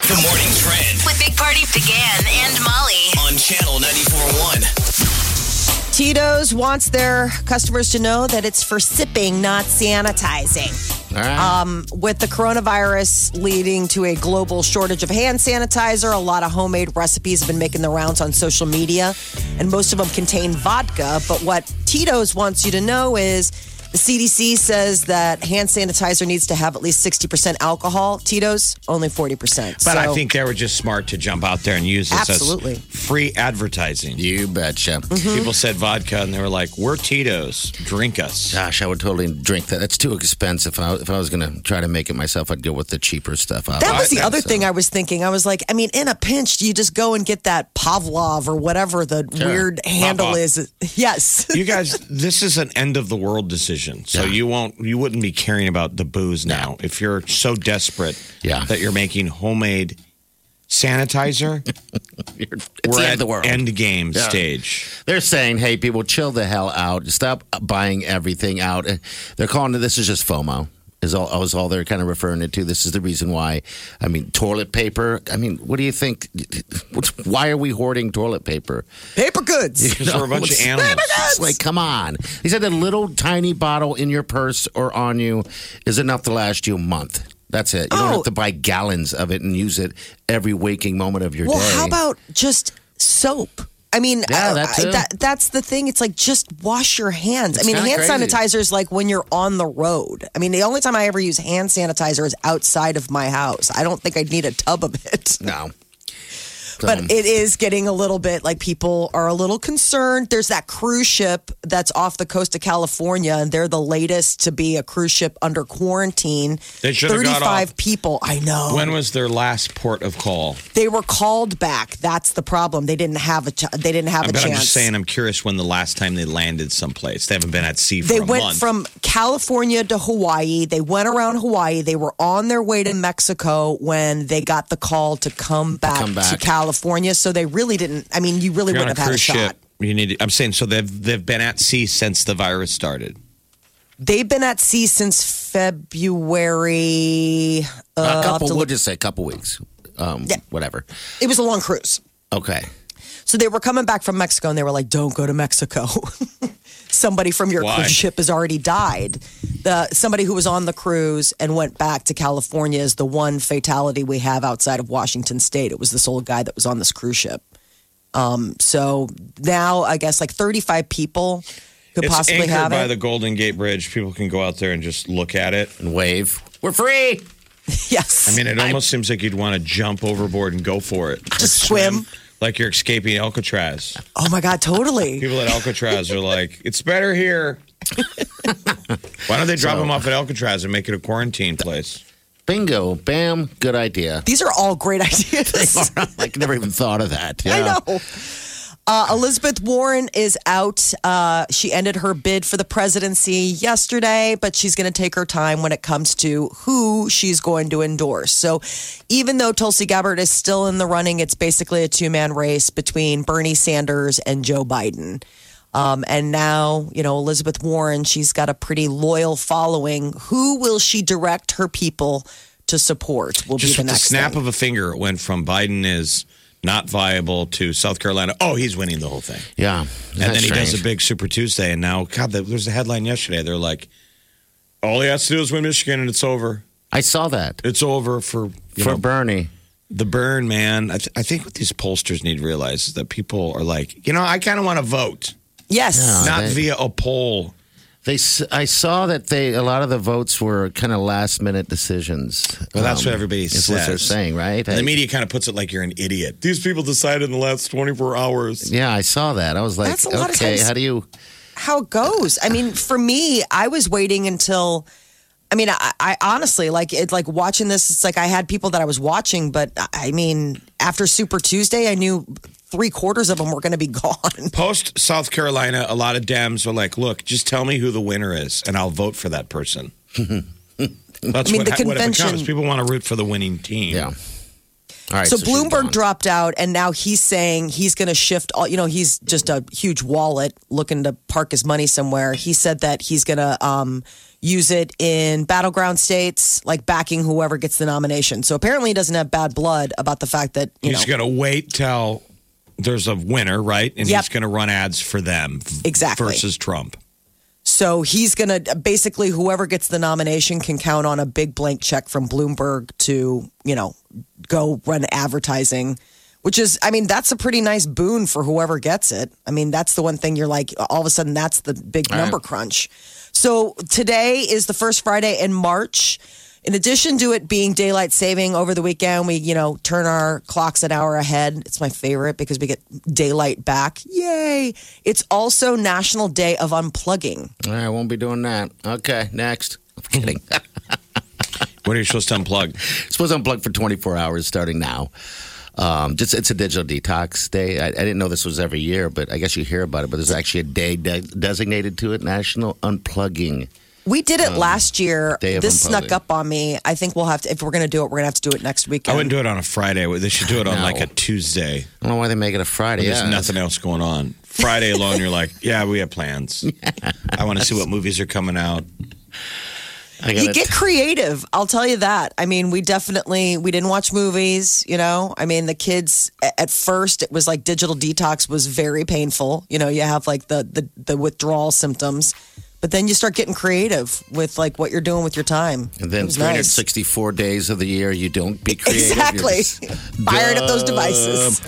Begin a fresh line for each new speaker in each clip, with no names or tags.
The morning trend
with Big Party began and Molly.
on channel 94.1.
Tito's wants their customers to know that it's for sipping, not sanitizing.
All right.
Um, with the coronavirus leading to a global shortage of hand sanitizer, a lot of homemade recipes have been making the rounds on social media, and most of them contain vodka. But what Tito's wants you to know is the CDC says that hand sanitizer needs to have at least 60% alcohol. Tito's, only 40%.
But I
So-
think they were just smart to jump out there and use this
Absolutely.
as free advertising.
you betcha.
Mm-hmm.
People said vodka, and they were like, "We're Tito's, drink us."
Gosh, I would totally drink that. That's too expensive. If I, if I was going to try to make it myself, I'd go with the cheaper stuff.
That was the other thing I was thinking. I was like, I mean, in a pinch, you just go and get that Pavlov or whatever the weird handle
Pavlov.
is. Yes.
You guys, this is an end of the world decision. So you won't, you wouldn't be caring about the booze now if you're so desperate
Yeah.
that you're making homemade sanitizer.
It's the end of the world.
end game
Yeah.
stage.
They're saying, hey, people, chill the hell out. Stop buying everything out. Uh, They're calling it, this is just FOMO. Is all, is all they're kind of referring it to. This is the reason why. I mean, toilet paper. I mean, what do you think? Why are we hoarding toilet paper?
Paper goods.
Because we're a bunch of
Oh
animals.
It's like, come on. He said that little tiny bottle in your purse or on you is enough to last you a month. That's it. You don't
Oh.
have to buy gallons of it and use it every waking moment of your
Well,
day.
how about just soap? I mean,
Yeah,
uh,
that too.
that- that's the thing. It's like just wash your hands. I
It's
mean,
kinda
hand
crazy.
sanitizer is like when you're on the road. I mean, the only time I ever use hand sanitizer is outside of my house. I don't think I'd need a tub of it.
No. Um,
But it is getting a little bit like people are a little concerned. There's that cruise ship that's off the coast of California, and they're the latest to be a cruise ship under quarantine.
They should have got off.
people. I know.
When was their last port of call?
they were called back. That's the problem. They didn't have a. Ch- they didn't have
I
a
bet
chance.
I'm just saying. I'm curious when the last time they landed someplace. They haven't been at sea for
They
a
went
month.
from California to Hawaii. They went around Hawaii. They were on their way to Mexico when they got the call to come back,
come
to
back.
California. So they really didn't. I mean, you really
You're on
wouldn't have had a shot.
You need. I'm saying so. They've they've been at sea since the virus started.
They've been at sea since February. Uh,
a couple,
to
we'll just say a couple weeks. Um,
Yeah.
Whatever.
it was a long cruise.
Okay.
So they were coming back from Mexico and they were like, don't go to Mexico. somebody from your
Why?
cruise ship has already died. The Somebody who was on the cruise and went back to California is the one fatality we have outside of Washington state. It was this old guy that was on this cruise ship. Um, so now I guess like 35 people could
it's
possibly
anchored
have
by
it.
the Golden Gate Bridge. People can go out there and just look at it.
And wave. We're free.
yes.
I mean, it almost seems like you'd want to jump overboard and go for it.
Just
Like,
swim.
Like you're escaping Alcatraz.
oh my God, totally.
People at Alcatraz are like, it's better here. Why don't they drop them off at Alcatraz and make it a quarantine place?
Bingo. Bam. Good idea.
These are all great ideas.
like, never even thought of that.
I
Yeah.
know. Uh, Elizabeth Warren is out. Uh, she ended her bid for the presidency yesterday, but she's going to take her time when it comes to who she's going to endorse. So, even though Tulsi Gabbard is still in the running, it's basically a two man race between Bernie Sanders and Joe Biden. Um, and now, you know, Elizabeth Warren, she's got a pretty loyal following. Who will she direct her people to support? Will
Just
be the
with the
next
snap
thing.
of a finger, it went from Biden is not viable to South Carolina. Oh, he's winning the whole thing.
Yeah.
and then he does a big Super Tuesday. And now, God, there was a headline yesterday. They're like, all he has to do is win Michigan and it's over.
I saw that.
It's over for, you
For
know,
Bernie.
the burn, man. I, th- I think what these pollsters need to realize is that people are like, you know, I kind of want to vote,
yes.
Yeah.
not
they-
via a poll.
They, s- I saw that they a lot of the votes were kind of last minute decisions. Um,
Well, that's what everybody
is what they're
says.
saying, right?
And
I-
the media kind of puts it like you're an idiot. These people decided in the last 24 hours.
yeah, I saw that. I was like,
That's a lot of
okay,
times-
how do you?
how it goes. I mean, for me, I was waiting until I mean, I, I honestly like it. Like watching this, it's like I had people that I was watching, but I I mean, after Super Tuesday, I knew three quarters of them were going to be gone.
Post South Carolina, a lot of Dems are like, look, just tell me who the winner is and I'll vote for that person. That's
I mean,
what,
the
ha- what it becomes.
convention-
People want to root for the winning team.
Yeah. All right.
so,
she's
Bloomberg
gone.
dropped out, and now he's saying he's going to shift all. You know, he's just a huge wallet looking to park his money somewhere. He said that he's going to um, use it in battleground states, like backing whoever gets the nomination. So apparently, he doesn't have bad blood about the fact that you
He's
know
going to wait till there's a winner, right? And
Yep.
he's going to run ads for them v-
Exactly.
versus Trump.
So he's going to basically whoever gets the nomination can count on a big blank check from Bloomberg to, you know, go run advertising, which is, I mean, that's a pretty nice boon for whoever gets it. I mean, that's the one thing you're like, all of a sudden, that's the big number crunch. So today is the first Friday in March. In addition to it being daylight saving over the weekend, we, you know, turn our clocks an hour ahead. It's my favorite because we get daylight back. Yay. It's also National Day of Unplugging.
All right, I won't be doing that. Okay, next. I'm kidding.
What are you supposed to unplug?
Suppose I'm plugged for 24 hours starting now. Um, just it's a digital detox day. I, I didn't know this was every year, but I guess you hear about it. But there's actually a day de- designated to it, National Unplugging.
We did it last year.
Um, Day of
This
Unplugging.
snuck up on me. I think we'll have to, if we're going to do it, we're going to have to do it next
I
weekend.
wouldn't do it on a Friday. They should do it on
No.
like a Tuesday.
I don't know why they make it a Friday.
There's
Yeah.
nothing else going on. Friday alone, you're like, yeah, we have plans. I want to see what movies are coming out.
I
you
gotta-
get creative. I'll tell you that. I mean, we definitely we didn't watch movies. You know, I mean, the kids a- at first it was like digital detox was very painful. You know, you have like the the, the withdrawal symptoms, but then you start getting creative with like what you're doing with your time.
and then
It was nice.
364 days of the year, you don't be creative. You're
Exactly.
just-
Fired up those devices.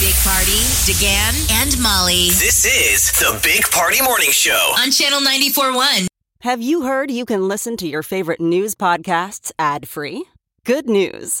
Big Party, DeGan, and Molly
This is the Big Party Morning Show.
on Channel 94.1.
Have you heard you can listen to your favorite news podcasts ad free? Good news!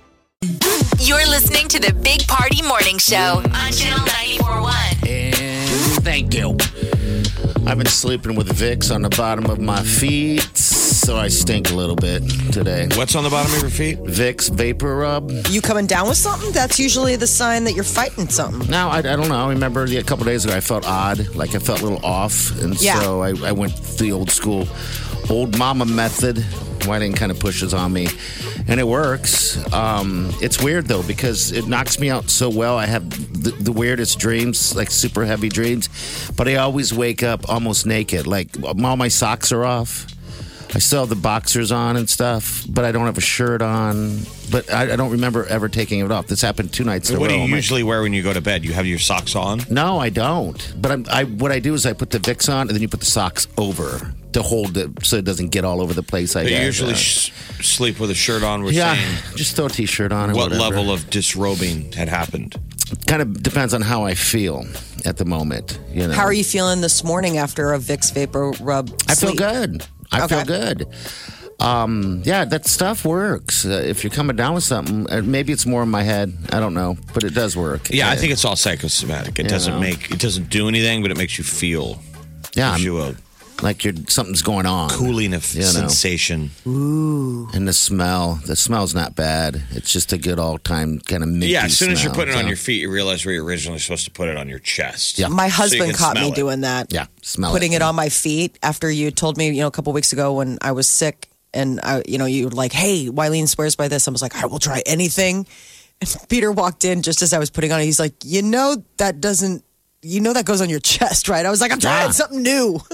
You're listening to the Big Party Morning Show on Channel 94.1.
And thank you. I've been sleeping with Vicks on the bottom of my feet, so I stink a little bit today.
What's on the bottom of your feet?
Vicks Vapor Rub.
You coming down with something? That's usually the sign that you're fighting something.
No, I, I don't know. I remember the, a couple days ago, I felt odd, like I felt a little off, and
Yeah.
so I, I went the old school, old mama method. Whiting kind of pushes on me, and it works. Um, it's weird though because it knocks me out so well. I have the, the weirdest dreams, like super heavy dreams, but I always wake up almost naked. Like um, all my socks are off. I still have the boxers on and stuff, but I don't have a shirt on. But I, I don't remember ever taking it off. This happened two nights in a
What do
row.
you
I'm like,
usually wear when you go to bed? You have your socks on?
no, I don't. But I'm, I what I do is I put the Vicks on and then you put the socks over to hold it so it doesn't get all over the place. I
They
guess.
usually
Uh,
sh- sleep with a shirt on. We're
yeah,
saying
just throw a t-shirt on. Or
what
whatever.
level of disrobing had happened.
Kind of depends on how I feel at the moment. You know,
How are you feeling this morning after a Vicks Vapor Rub?
I feel
sleep?
good. I
Okay.
feel good. Um, yeah, that stuff works. Uh, if you're coming down with something, uh, maybe it's more in my head. I don't know, but it does work.
Yeah, I
Uh,
think it's all psychosomatic. It doesn't
know.
make it doesn't do anything, but it makes you feel
yeah, I'm-
gives you a
like you're something's going on.
cooling of
You know.
sensation.
And the smell, the smell's not bad. It's just a good all time kind of minty
Yeah, as soon as you're
smell,
putting it on
so-
your feet, you realize where you're originally supposed to put it on your chest.
Yeah.
My
So you
husband
can
caught me
smell it.
doing that.
yeah, smell
Putting
it
it on my feet after you told me, you know, a couple weeks ago when I was sick and I, you know, you were like, hey, Wileen swears by this. I was like, I will try anything And Peter walked in just as I was putting on it. He's like, You know, that doesn't, you know, that goes on your chest, right? I was like, I'm trying
Yeah.
something new.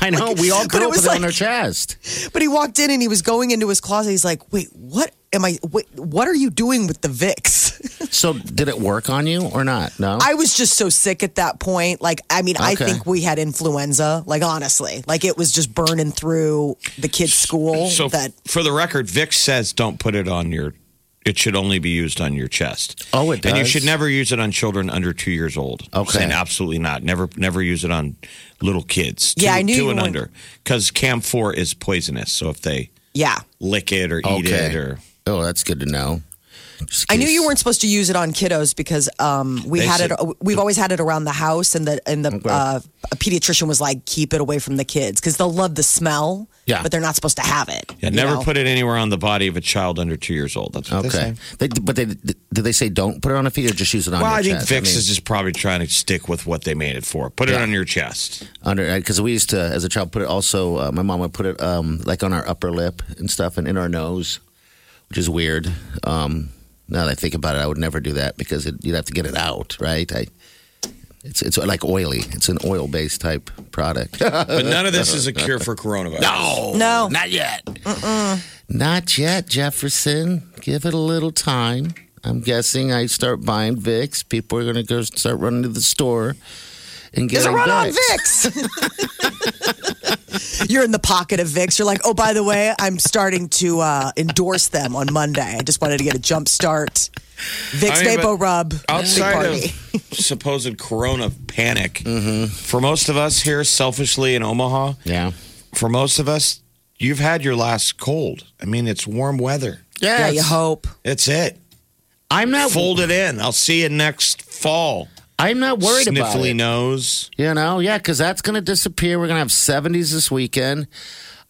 I know we all
But
grew
it
up with
was
it on
like-
our chest.
But he walked in and he was going into his closet. He's like, "Wait, what am I? What, what are you doing with the Vicks?"
So did it work on you or not? No.
I was just so sick at that point. Like, I mean, I
Okay.
think we had influenza. Like, honestly, like it was just burning through the kids' school.
So,
that
for the record, Vic says don't put it on your. It should only be used on your chest.
Oh, it
And you
does?
should never use it on children under two years old.
Okay.
Saying absolutely not. Never, never use it on little kids. Two,
Yeah, I knew
two
you
and
wouldn't.
under because camphor is poisonous. So if they
yeah,
lick it or eat
Okay.
it or
oh, that's good to know. Just in
I knew
case-
you weren't supposed to use it on kiddos because um, we
They
had
said- Oh,
it. We've always had it around the house, and the and the uh, a pediatrician was like, "Keep it away from the kids because they'll love the smell."
Yeah.
but they're not supposed to have it. you
yeah, never
know?
put it anywhere on the body of a child under two years old. That's what they
Okay.
say.
They, but they did they say don't put it on a feet or just use it on
Well,
your
I think
chest?
Vicks is just probably trying to stick with what they made it for. Put it on your chest.
under because we used to as a child put it also uh, my mom would put it um, like on our upper lip and stuff and in our nose which is weird um, now that i think about it i would never do that because it, you'd have to get it out right I, it's, it's like oily it's an oil based type product
But none of this is a cure for coronavirus.
no
No.
not yet not yet jefferson give it a little time i'm guessing i start buying vicks people are going to go start running to the store and get
There's a
them
run on
Vicks.
Vicks. You're in the pocket of Vicks. You're like, oh, by the way, I'm starting to uh, endorse them on Monday. I just wanted to get a jump start. Vicks
I mean,
Vapor
but
Rub.
outside
big
of
party.
supposed corona panic for most of us here selfishly in omaha
yeah
for most of us you've had your last cold i mean it's warm weather
yeah,
Yes.
you hope.
it's it
I'm not
fold it in i'll see you next fall
I'm not worried about
sniffly
it.
nose
You know, yeah, because that's going to disappear. We're going to have 70s this weekend.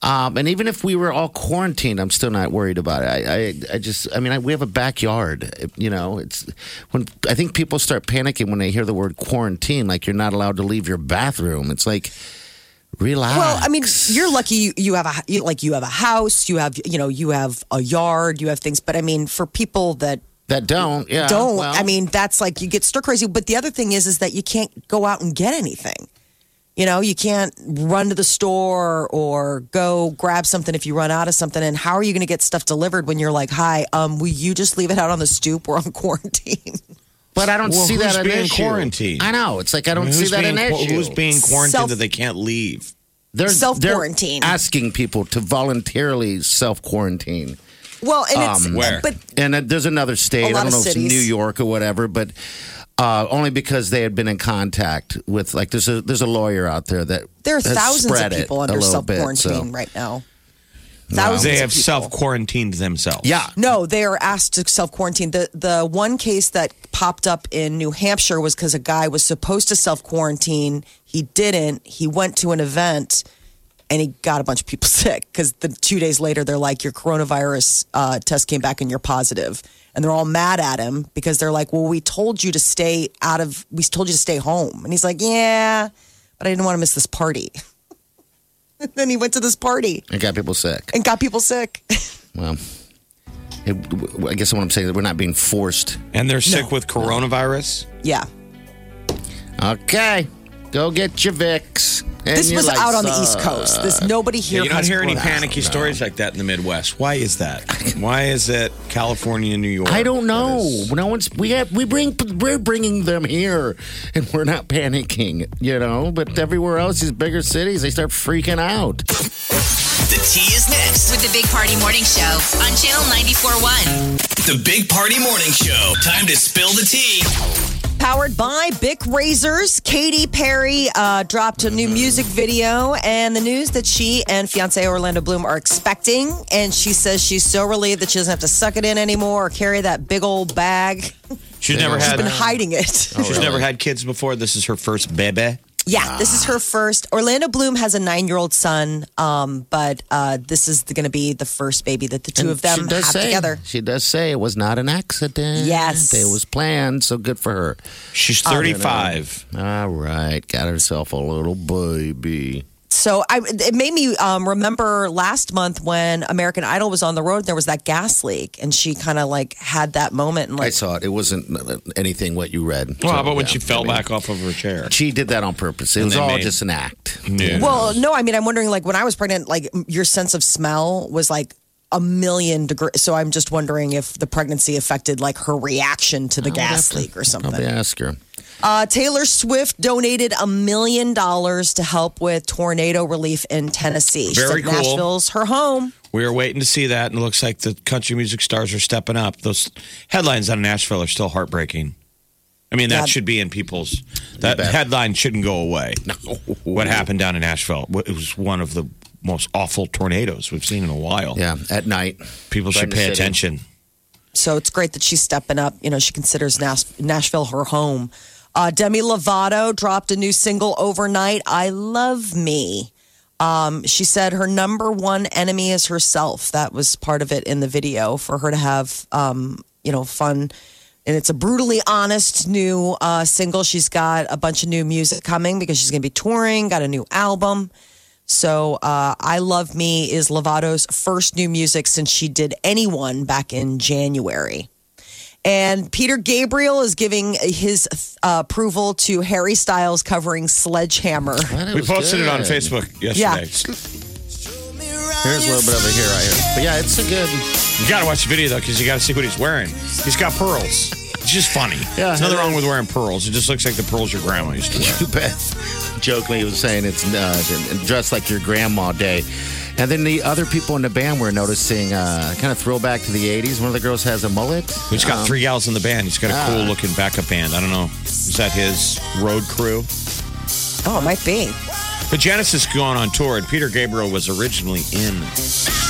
Um, and even if we were all quarantined, I'm still not worried about it. I, I, I just, I mean, I, we have a backyard. You know, it's when I think people start panicking when they hear the word quarantine, like you're not allowed to leave your bathroom. It's like,
Ah.
relax.
Well, I mean, you're lucky you, you have a you, like you have a house, you have you know you have a yard, you have things. But I mean, for people that
that don't, yeah,
don't,
well,
I mean, that's like you get stir crazy. But the other thing is, is that you can't go out and get anything. You know, you can't run to the store or go grab something if you run out of something. And how are you going to get stuff delivered when you're like, "Hi, um, will you just leave it out on the stoop? We're on quarantine."
but I don't
Well,
see
who's
that an
being
issue.
quarantined?
I know. It's like I don't
I mean,
see
who's
that an
being,
issue.
who's being quarantined
Self-
that they can't leave
They're-
Self-quarantine.
they're asking people to voluntarily self quarantine.
Well, and it's
Um,
where?
but
and uh, there's another state.
A lot
I don't
of
know if
cities.
it's New York or whatever, but uh, only because they had been in contact with like there's a there's a lawyer out there that
there are
has
thousands of
spread it
people
a
under
little
self
bit,
quarantine
so-
right now. Thousands
they
of
have
people.
self-quarantined themselves
Yeah,
No, they are asked to self quarantine. The the one case that popped up in New Hampshire was because a guy was supposed to self quarantine. He didn't. He went to an event and he got a bunch of people sick because the two days later they're like, your coronavirus uh, test came back and you're positive, and they're all mad at him because they're like, well, we told you to stay out of, we told you to stay home, and he's like, yeah, but I didn't want to miss this party. and then he went to this party
it got people sick.
and got people sick.
Well, it, I guess what I'm saying is we're not being forced.
and they're sick with coronavirus
yeah.
Okay, go get your Vicks. and
This
your
was out on the
Lysol.
East Coast. This nobody here.
Yeah, you don't
has
hear any
brought it up.
panicky stories like that in the midwest why is that why is it california and new york
I don't know.
That is-
No one's we have we bring we're bringing them here, and we're not panicking, you know. But everywhere else, these bigger cities, they start freaking out.
The tea is next.
With the Big Party Morning Show on Channel 94.1.
The Big Party Morning Show. Time to spill the tea.
Powered by Bic Razors, Katy Perry uh, dropped a new music video and the news that she and fiance Orlando Bloom are expecting. And she says she's so relieved that she doesn't have to suck it in anymore or carry that big old bag.
she's never
She's
had
Been hiding it.
She's never had kids before. This is her first baby.
Yeah, this is her first. Orlando Bloom has a nine-year-old son, um, but uh, this is going to be the first baby that the two
And
of them
she does
have
say,
together.
She does say it was not an accident.
Yes.
It was planned, so good for her.
Oh, She's 35.
All right. Got herself a little baby.
So I, it made me um, remember last month when American Idol was on the road. There was that gas leak, and she kind of like had that moment and
I
like
saw it. It wasn't uh, anything what you read.
Well, how
So,
about when
yeah,
she fell
I mean,
back off of her chair?
She did that on purpose. It was
they
all
made-
just an act.
Yeah.
Well, no, I mean, I'm wondering, like, when I was pregnant, like, m- your sense of smell was like a million degrees. So I'm just wondering if the pregnancy affected, like, her reaction to the gas leak or
Probably
something.
ask her.
Uh, Taylor Swift donated a million dollars to help with tornado relief in Tennessee. she
Very
said
cool.
Nashville's her home.
We were waiting to see that, and it looks like the country music stars are stepping up. Those headlines out of Nashville are still heartbreaking. I mean, that
Yeah.
should be in people's. That headline shouldn't go away. No. What happened down in Nashville? Wh- It was one of the most awful tornadoes we've seen in a while.
Yeah, at night.
People
Right
should
in the
pay
city.
attention.
So it's great that she's stepping up. You know, she considers Nash- Nashville her home. Uh, Demi Lovato dropped a new single overnight, I Love Me. Um, she said her number one enemy is herself. That was part of it in the video for her to have, um, you know, fun. And it's a brutally honest new uh, single. She's got a bunch of new music coming because she's going to be touring, got a new album. So, uh, I Love Me is Lovato's first new music since she did Anyone back in January. And Peter Gabriel is giving his uh, approval to Harry Styles covering Sledgehammer.
That
We
was
posted it on
good.
Facebook
Yeah.
yesterday.
Here's a little bit of a here, I hear. But yeah, it's a good.
You got to watch the video though, because you got to see what he's wearing. He's got pearls. It's just funny.
Yeah.
There's nothing wrong with wearing pearls. It just looks like the pearls your grandma used to wear.
You bet. Jokingly, he was saying it's uh, dressed like your grandma day. And then the other people in the band were noticing uh, kind of throwback to the 80s. One of the girls has a mullet.
He's got three gals in the band. He's got a cool looking backup band. I don't know. Is that his road crew?
Oh, it might be.
But Genesis is going on tour, and Peter Gabriel was originally in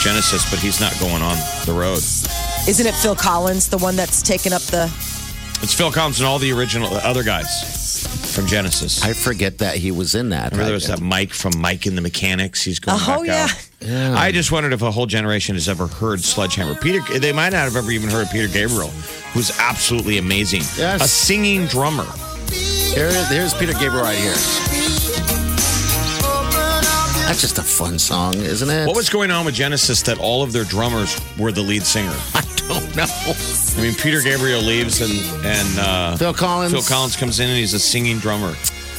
Genesis, but he's not going on the road.
Isn't it Phil Collins, the one that's taken up the.
It's Phil Collins and all the original the other guys from Genesis. I
I forget that he was in that.
remember there was that Mike from Mike and the Mechanics. He's going
Oh,
back
yeah.
out. I just wondered if a whole generation has ever heard Sledgehammer. Peter, they might not have ever even heard of Peter Gabriel, who's absolutely amazing.
Yes.
A singing drummer.
Here, here's Peter Gabriel right here. That's just a fun song, isn't it?
What was going on with Genesis that all of their drummers were the lead singer?
I don't know.
I mean, Peter Gabriel leaves and and uh,
Phil Collins.
Phil Collins comes in and he's a singing drummer.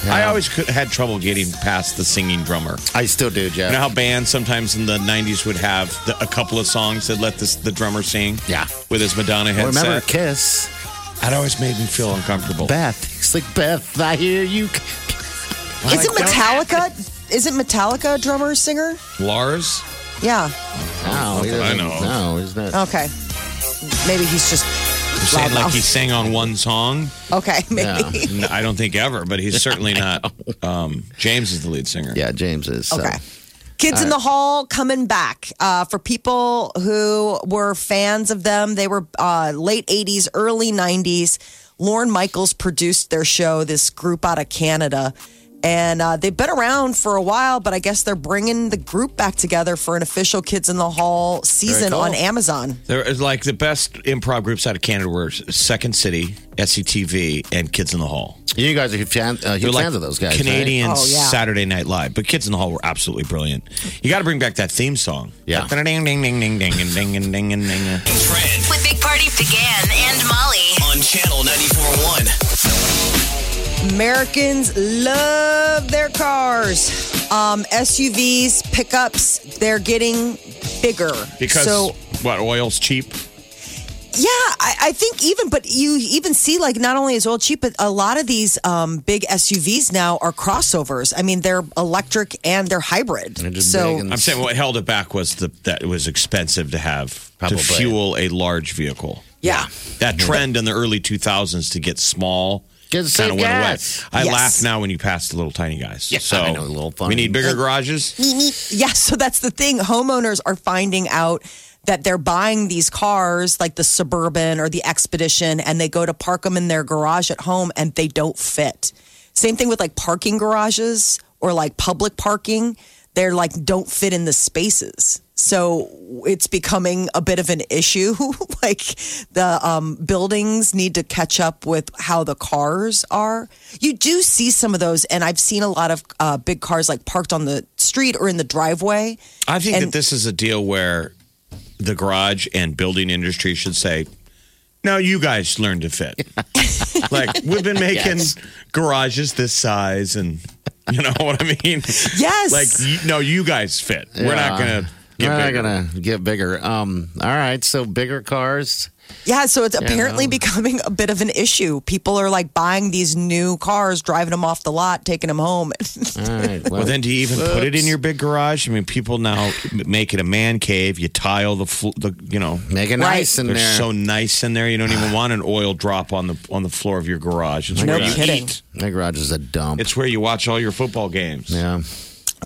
I always could, had trouble getting past the singing drummer.
I still do, Jeff.
You know how bands sometimes in the '90s would have the, a couple of songs that let this, the drummer sing.
Yeah.
with his Madonna
Well,
headset.
remember Kiss?
That always made me feel uncomfortable.
Beth. It's like, Beth, I hear you.
Is it Metallica? Isn't Metallica a drummer singer?
Lars,
Yeah.
No, he
Oh, I
doesn't-
know.
No, is that?
Okay. Maybe he's just.
you saying
Loud
like he
mouth.
sang on one song?
Okay, maybe.
Yeah.
No, I don't think ever, but he's certainly not. Um, James is the lead singer.
Yeah, James is. so.
Okay. Kids in the Hall coming back. Uh, for people who were fans of them, they were uh, late 80s, early 90s. Lorne Michaels produced their show, this group out of Canada. And uh, they've been around for a while, but I guess they're bringing the group back together for an official Kids in the Hall season
cool.
on Amazon.
There is like the best improv groups out of Canada were Second City, SCTV, and Kids in the Hall.
You guys are fan, uh,
They're
huge
like
fans of those guys. right?
Oh,
Canadian
yeah.
Saturday Night Live. But Kids in the Hall were absolutely brilliant. You got to bring back that theme song.
Yeah.
Ding ding ding ding ding ding and ding and ding and ding.
Trend
With Big Party began and Molly.
on Channel 94.1.
Americans love their cars. Um, SUVs, pickups, they're getting bigger.
Because
so
what oil's cheap?
Yeah, I, I think even, but you even see like not only is oil cheap, but a lot of these um, big SUVs now are crossovers. I mean, they're electric and they're hybrid.
just
so
big and-
I'm saying what held it back was the, that it was expensive to have
Probably.
to fuel a large vehicle.
yeah,
That trend in the early 2000s to get small.
Get the
Kind
same
of went away.
gas.
I
Yes.
laugh now when you pass the little tiny guys.
Yeah,
so
I know, little
we
funny.
need bigger garages.
yeah. So that's the thing. Homeowners are finding out that they're buying these cars, like the Suburban or the Expedition, and they go to park them in their garage at home, and they don't fit. Same thing with like parking garages or like public parking. They're like don't fit in the spaces. So it's becoming a bit of an issue. like the um, buildings need to catch up with how the cars are. You do see some of those, and I've seen a lot of uh, big cars like parked on the street or in the driveway.
I think that
And-
this is a deal where the garage and building industry should say, "No, you guys learn to fit." like we've been making garages this size, and you know what I mean.
Yes.
Like you, no, you guys fit. We're
Yeah.
not gonna. Get
We're not
bigger.
gonna get bigger. Um, all right, so bigger cars.
Yeah, so it's apparently
no.
becoming a bit of an issue. People are like buying these new cars, driving them off the lot, taking them home.
All right.
Well, then, do you even put it in
Whoops.
your big garage? I mean, people now make it a man cave. You tile the, fl- the you know,
Make it nice in
they're
there.
so nice in there. You don't even want an oil drop on the on the floor of your garage. It's
No
where you
kidding.
eat.
My garage is a dump.
It's where you watch all your football games.
yeah.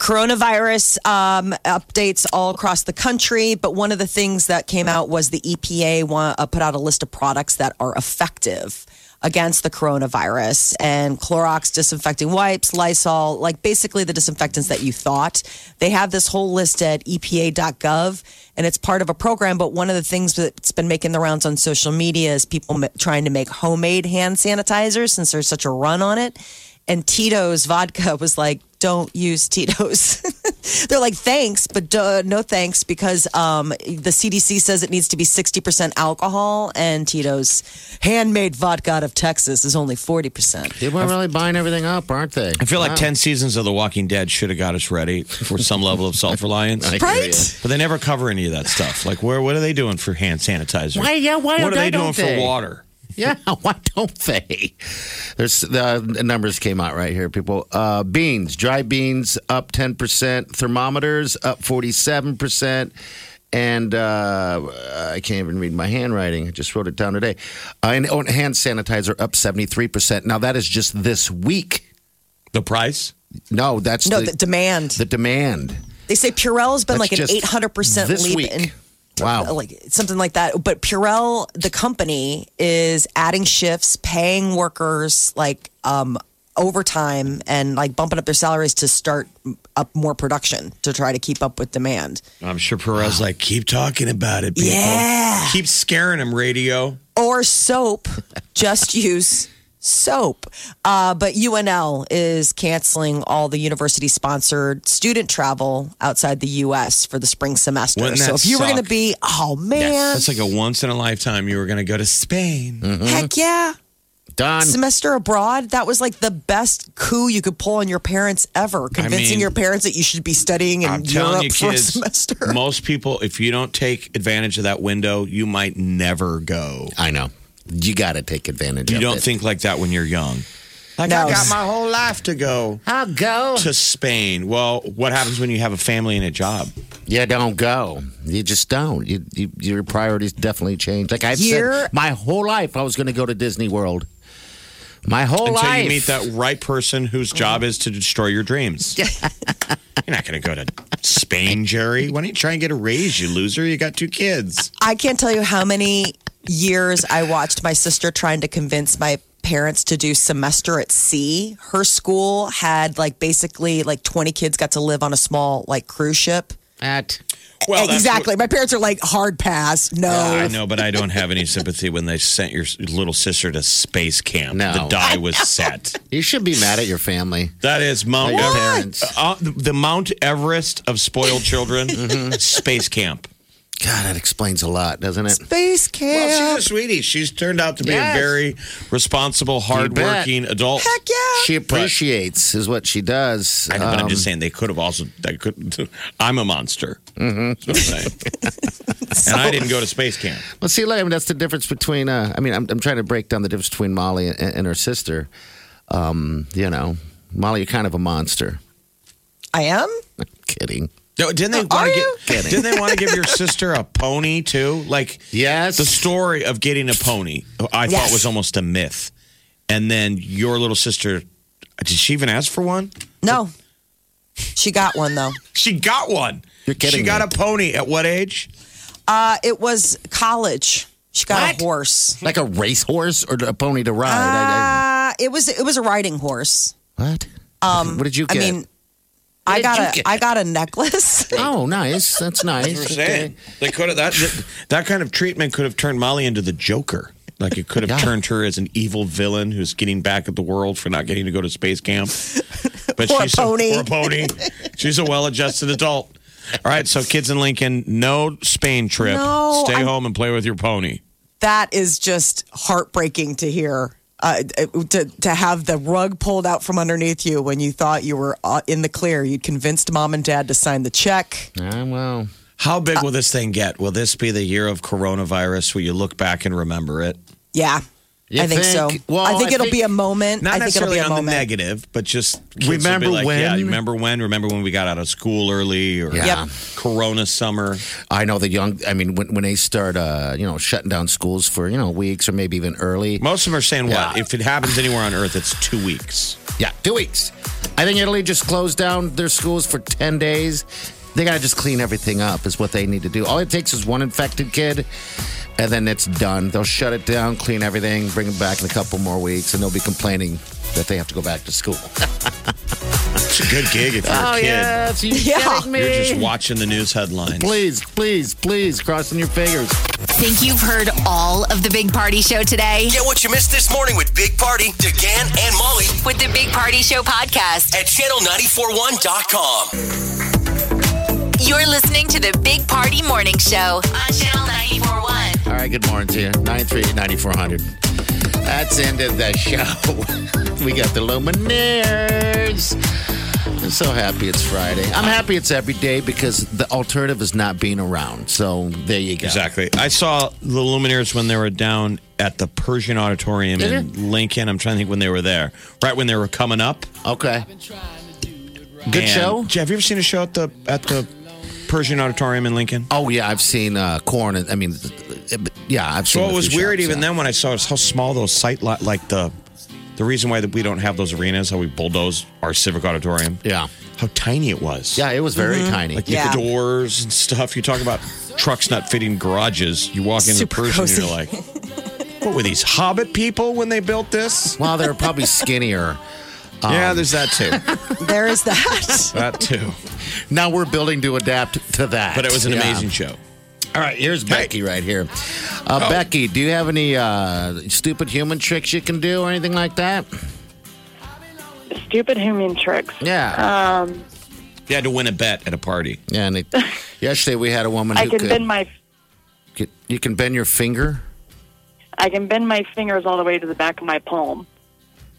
Coronavirus um, updates all across the country, but one of the things that came out was the EPA wa- uh, put out a list of products that are effective against the coronavirus and Clorox disinfecting wipes, Lysol, like basically the disinfectants that you thought. They have this whole list at E EPA.gov and it's part of a program, but one of the things that's been making the rounds on social media is people ma- trying to make homemade hand sanitizer since there's such a run on it. And Tito's vodka was like, don't use Tito's. They're like, thanks, but duh, no thanks because um, the CDC says it needs to be 60% alcohol, and Tito's handmade vodka out of Texas is only 40%.
People are really buying everything up, aren't they?
I feel like ten seasons of The Walking Dead should have got us ready for some level of self reliance.
Right?
But they never cover any of that stuff. Like, where what are they doing for hand sanitizer?
Why- yeah, why
What are
why
they doing
don't they?
for water?
Yeah, why don't they? There's the numbers came out right here, people. Uh, beans, dry beans up 10%, thermometers up 47%, and uh, I can't even read my handwriting. I just wrote it down today. Uh, and oh, and hand sanitizer up 73%. Now, that is just this week.
The price?
No, that's
No,
the,
the, demand.
the demand.
they say Purell's been
That's
like an
just
800%
this
leap
week.
in
Wow.
like something like that. But Purell, the company, is adding shifts, paying workers like um, overtime, and like bumping up their salaries to start up more production to try to keep up with demand.
I'm sure Perez like keep talking about it. People.
Yeah.
keep scaring them. Radio.
Or soap, just use soap. Uh, but UNL is canceling all the university sponsored student travel outside the U.S. for the spring semester.
Wouldn't
so if
that
you were
suck?
going to be, oh man,
That's like a once in a lifetime. You were going to go to Spain. mm-hmm.
heck yeah.
Done.
semester abroad that was like the best coup you could pull on your parents ever convincing
mean,
your parents that you should be studying in
I'm telling
europe
you,
for a
kids.
semester
Most people, if you don't take advantage of that window, you might never go.
I know. You got to take advantage
You
of
don't
it.
think like that when you're young. Like
No.
I got my whole life to go
I'll go.
to Spain. Well, what happens when you have a family and a job?
You don't go. You just don't. You, you, your priorities definitely change. Like I've
Year-
said, my whole life I was going to go to Disney World. My whole
Until
life.
you meet that right person whose job is to destroy your dreams. You're not going to go to Spain, Jerry. Why don't you try and get a raise, you loser? You got two kids.
i can't tell you how many years i watched my sister trying to convince my parents to do semester at sea her school had like basically like 20 kids got to live on a small like cruise ship
At-
that's what-
exactly my parents are like hard pass no
I know, but I don't have any sympathy when they sent your s- little sister to space camp.
No.
The die was set.
you should be mad at your family.
That is Mount
At your
Ever-
parents.
Uh, the- the Mount Everest of spoiled children,
Mm-hmm.
space camp.
God, that explains a lot, doesn't it?
space camp
Well, she's a sweetie. She's turned out to be
Yes.
a very responsible,
You bet.
hardworking adult.
heck yeah
She appreciates is what she does.
I know, but I'm
Um,
just saying they could have also. They could. I'm a monster. That's what I'm saying. and I didn't go to space camp.
Well, see, like, I mean, that's the difference between. Uh, I mean, I'm, I'm trying to break down the difference between Molly and, and her sister. Um, you know, Molly, you're kind of a monster.
i am
Kidding.
No, didn't they
Are
want to
you?
get? Didn't they want to give your sister a pony too? Like
Yes.
the story of getting a pony, I thought
Yes.
was almost a myth. And then your little sister, did she even ask for one?
no she got one though
She got one.
You're kidding
She got
me.
a pony at what age?
Uh, it was college. She got
What?
a horse.
like a racehorse or a pony to ride. I- I-
Uh, it was it was a riding horse.
What? what did you
I
get?
mean, I
did
got
you
a
get?
I got a necklace.
Oh, nice. That's nice.
That's what I'm saying. They could have that, that that kind of treatment could have turned Molly into the Joker. Like it could have
Yeah.
turned her as an evil villain who's getting back at the world for not getting to go to space camp. But
Poor
she's
pony.
A, poor pony. She's a well-adjusted adult. All right, so kids in Lincoln, no Spain trip.
No,
Stay
I'm-
home and play with your pony.
that is just heartbreaking to hear. Uh, to to have the rug pulled out from underneath you when you thought you were uh, in the clear, you convinced mom and dad to sign the check.
Ah, well,
How big
Uh,
will this thing get? Will this be the year of coronavirus where you look back and remember it?
Yeah,
You
I think, so.
think- well,
I think
I
it'll
think-
be a moment.
Not
I think it'll
necessarily
be a
on
moment.
the negative, but just kids will be
Remember
like, Yeah,
when?
you remember when? Remember when we got out of school early or
Yeah. Yep.
Corona summer?
I know the young. I mean, when, when they start, uh, you know, shutting down schools for you know weeks or maybe even early.
Most of them are saying what?
Yeah.
If it happens anywhere on Earth, it's two weeks.
Yeah, two weeks. I think Italy just closed down their schools for ten days. They gotta just clean everything up. Is what they need to do. All it takes is one infected kid, and then it's done. They'll shut it down, clean everything, bring it back in a couple more weeks, and they'll be complaining that they have to go back to school.
It's a good gig if you're a kid.
yes, you
Oh, Yeah. kidding
You're just watching the news headlines.
Please, please, please, crossing your fingers.
Think you've heard all of the Big Party Show today?
Get what you missed this morning with Big Party, DeGan, and Molly
With the Big Party Show podcast,
at channel941.com.
you're listening to the Big Party Morning Show on Channel 941.
All right, good morning to you. 938-9400. That's the end of the show. we got the Lumineers. I'm so happy it's Friday. I'm happy it's every day because the alternative is not being around. So there you go.
Exactly. I saw the Lumineers when they were down at the Persian Auditorium in Lincoln. I'm trying to think when they were there. Right when they were coming up.
Okay. Good
And-
show.
Have you ever seen a show at the at the Persian Auditorium in Lincoln?
Oh yeah, I've seen uh, corn. I mean, yeah, I've seen.
So
a
it was
few
weird
shots,
even
yeah.
then when I saw it, is how small those site lot like the the reason why that we don't have those arenas, how we bulldoze our civic auditorium.
Yeah,
How tiny it was.
yeah, it was very tiny.
Mm-hmm. Like
Yeah.
the doors and stuff. You talk about trucks not fitting garages. You walk into
Super
Persian
cozy.
and you're like, what were these Hobbit people when they built this?
well, they were probably skinnier.
yeah, there's that too.
There is that.
that too.
Now we're building to adapt to that.
But it was an
Yeah.
amazing show.
All right, here's Becky right here. Uh, Becky, do you have any uh, stupid human tricks you can do or anything like that?
Stupid human tricks. Uh,
Yeah.
You had to win a bet at a party.
yeah. And it, yesterday we had a woman
I
who
can
could,
bend my
could- You can bend your finger.
I can bend my fingers all the way to the back of my palm.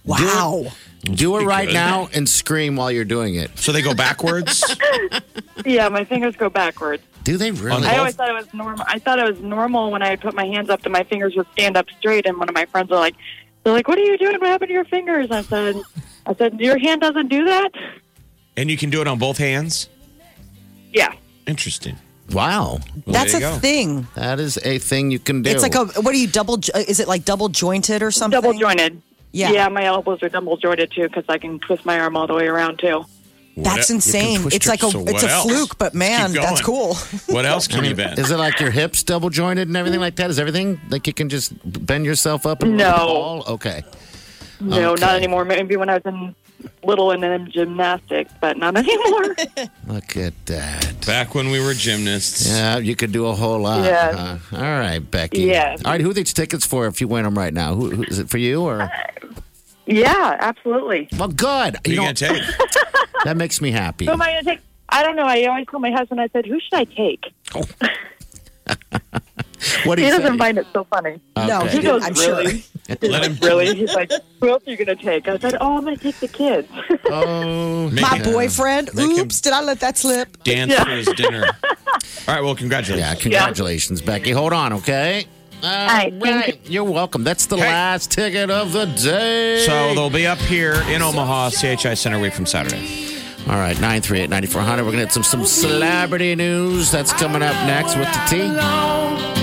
Wow.
Do it right
good.
now and scream while you're doing it.
So they go backwards.
Yeah, my fingers go backwards.
Do they really?
I
Well-
always thought it was normal. I thought it was normal when I put my hands up that my fingers would stand up straight. And one of my friends were like, "They're like, what are you doing? What happened to your fingers?" I said, "I said your hand doesn't do that."
and you can do it on both hands.
Yeah,
Interesting.
Wow.
Well,
That's
there
a
you go.
thing.
That is a thing you can do.
It's like a what are you double? jo- Is it like double jointed or something?
double jointed.
Yeah.
yeah, my elbows are double jointed too because I can twist my arm all the way around too.
That's
What- e-, you can
insane.
twist
It's
your-
like a
so
it's a
what else?
fluke, but man,
Keep going.
that's cool.
What else
I
can you
mean,
bend?
is it like your hips double jointed and everything like that? Is everything like you can just bend yourself up? And
No.
roll? Okay.
No,
Okay.
not anymore. Maybe when I was in little and then gymnastics, but not anymore.
Look at that.
Back when we were gymnasts.
Yeah, you could do a whole lot.
Yes.
huh? All right, Becky.
Yes.
All right, who are these tickets for if you win them right now? Who, who is it for you
Uh,
or?
yeah, absolutely.
Well, good.
Who
You
you
know,
gonna take?
that makes me happy.
Who am I going to take? I don't know. I always told my husband, I said, who should I take?
What do
He
you
doesn't
say?
find it so funny.
No,
Okay.
He goes,
I'm
really?
sure.
He's like,
Let him-
really? He's like, who else are you going to take? I said, oh, I'm going to take the kids.
Oh,
My
Make him
boyfriend.
Make him-
Oops, did I let that slip?
dance for his dinner. All right. Well, congratulations.
yeah. Congratulations, Becky. Hold on, okay. All
right, thank
right. You're welcome. That's the
Hey.
last ticket of the day.
So they'll be up here in Omaha, CHI Center week from Saturday.
All right, 938 9400. We're going to get some, some celebrity news. That's coming up next with the tea.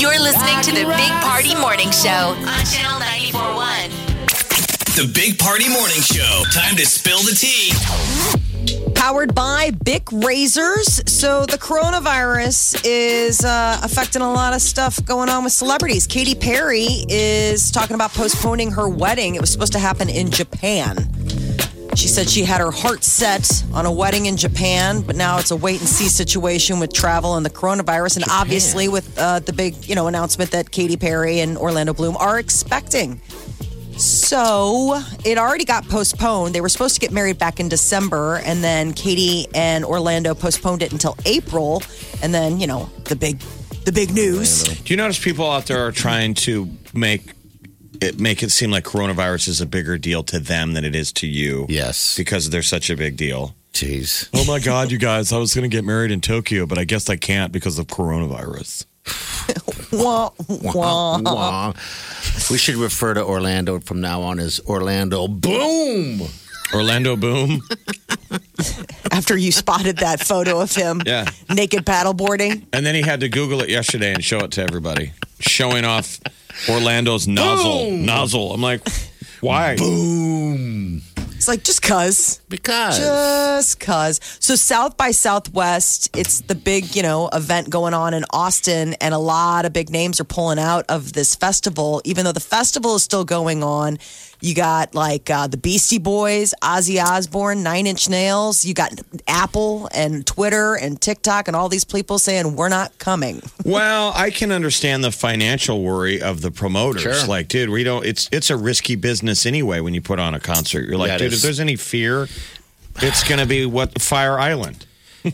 You're listening to the Big Party Morning Show on Channel 941.
The Big Party Morning Show. Time to spill the tea.
powered by Bic Razors. So the coronavirus is uh, affecting a lot of stuff going on with celebrities. Katy Perry is talking about postponing her wedding. It was supposed to happen in Japan. She said she had her heart set on a wedding in Japan, but now it's a wait and see situation with travel and the coronavirus, and obviously with uh, the big you know announcement that Katy Perry and Orlando Bloom are expecting. So it already got postponed. They were supposed to get married back in December, and then Katie and Orlando postponed it until April, and then you know the big, the big news.
Do you notice people out there are trying to make it make it seem like coronavirus is a bigger deal to them than it is to you?
Yes.
Because they're such a big deal.
Jeez.
Oh my God, you guys, I was going to get married in Tokyo, but I guess I can't because of coronavirus.
Wah, wah.
Wah. We should refer to Orlando from now on as Orlando Boom.
Orlando Boom.
After you spotted that photo of him,
Yeah.
naked paddleboarding.
And then he had to Google it yesterday and show it to everybody, showing off Orlando's nozzle. Nozzle. I'm like, why?
It's like just cause.
Because.
Just cause. So South by Southwest, it's the big, you know, event going on in Austin, and a lot of big names are pulling out of this festival. Even though the festival is still going on, you got like uh, the Beastie Boys, Ozzy Osbourne, Nine Inch Nails. You got Apple and Twitter and TikTok and all these people saying we're not coming.
Well, I can understand the financial worry of the promoters.
Sure.
Like, dude, we don't. It's it's a risky business anyway. When you put on a concert, you're like,
Yeah, it
dude,
is.
if there's any fear, it's going to be what Fire Island.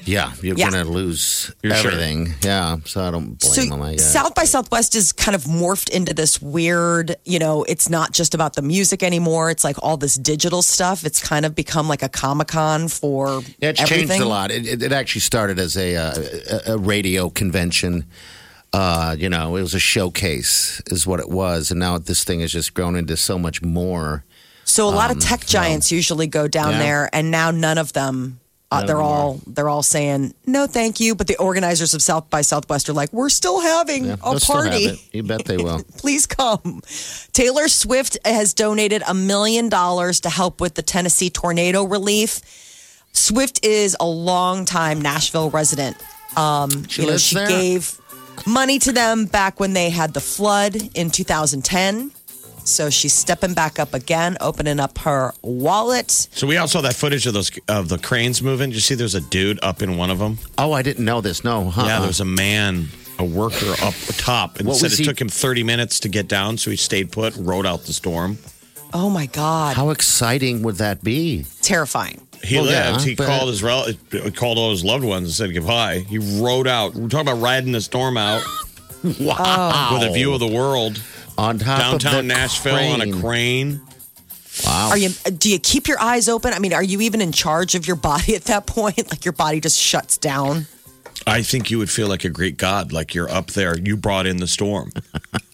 Yeah, you're
Yeah.
gonna lose
You're sure.
everything. Yeah, so I don't blame them. I guess.
South by Southwest is kind of morphed into this weird, you know, it's not just about the music anymore. It's like all this digital stuff. It's kind of become like a Comic Con for
Yeah, it's
everything.
changed a lot. It, it, it actually started as a, uh, a, a radio convention. Uh, you know, it was a showcase, is what it was, and now this thing has just grown into so much more.
So a lot of tech giants usually go
Um,
down
Yeah.
there, and now none of them. Uh, they're all they're all saying no, thank you. But the organizers of South by Southwest are like, we're still having
Yeah,
a
they'll still have
Oh, party.
it. You bet they will.
please come. Taylor Swift has donated a million dollars to help with the Tennessee tornado relief. Swift is a longtime Nashville resident. Um,
She
you know,
lives
she
there?
gave money to them back when they had the flood in 2010. So she's stepping back up again, opening up her wallet.
So we all saw that footage of those of the cranes moving. Did you see there's a dude up in one of them?
oh, I didn't know this. No, huh?
Yeah, there was a man, a worker up top, and
What
said
was
it
he-
took him 30 minutes to get down, so he stayed put, rode out the storm.
Oh my God.
How exciting would that be?
Terrifying.
He
Well, yeah,
lived. he
but-
called his rel- called all his loved ones and said goodbye. He rode out. We're talking about riding the storm out
Oh.
Wow!
with a view of the world.
on top of
Downtown
the
Nashville on a crane.
Wow!
Are you? Do you keep your eyes open? I mean, are you even in charge of your body at that point? Like your body just shuts down.
I think you would feel like a Greek god, like you're up there. You brought in the storm.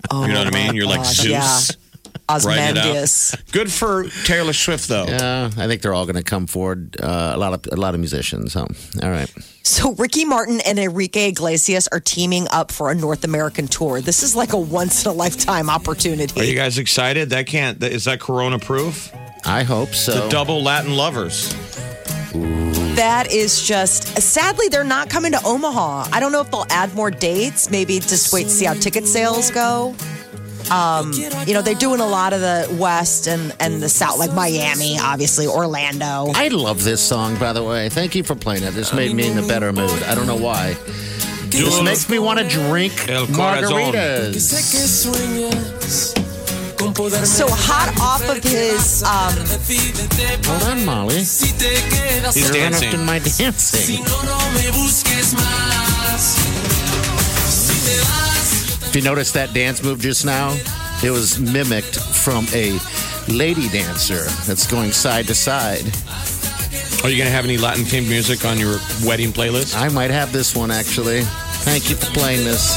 Oh,
You know what I mean? You're like
gosh,
Zeus. Writing it out.
Osmandius.
Good for Taylor Swift though.
Yeah, Uh, I think they're all going to come forward. Uh, a lot of a lot of musicians. Huh? All right.
So Ricky Martin and Enrique Iglesias are teaming up for a North American tour. This is like a once in a lifetime
Are you
opportunity.
guys excited? That can't. that- Is that Corona proof?
I hope
The
so.
double Latin lovers.
That is just sadly they're not coming to Omaha. I don't know if they'll add more dates. Maybe just wait to see how ticket sales go. Um, you know they're doing a lot of the West and and the South, like Miami, obviously Orlando.
I love this song, by the way. Thank you for playing it. This made me in a better mood. I don't know why. This makes me want to drink
El corazón.
margaritas.
So hot off of his um,
Hold on, Molly.
He's
You're interrupting
dancing.
my dancing. If you notice that dance move just now, it was mimicked from a lady dancer that's going side to side.
Are you gonna have any Latin themed music on your wedding playlist?
I might have this one actually. Thank you for playing this.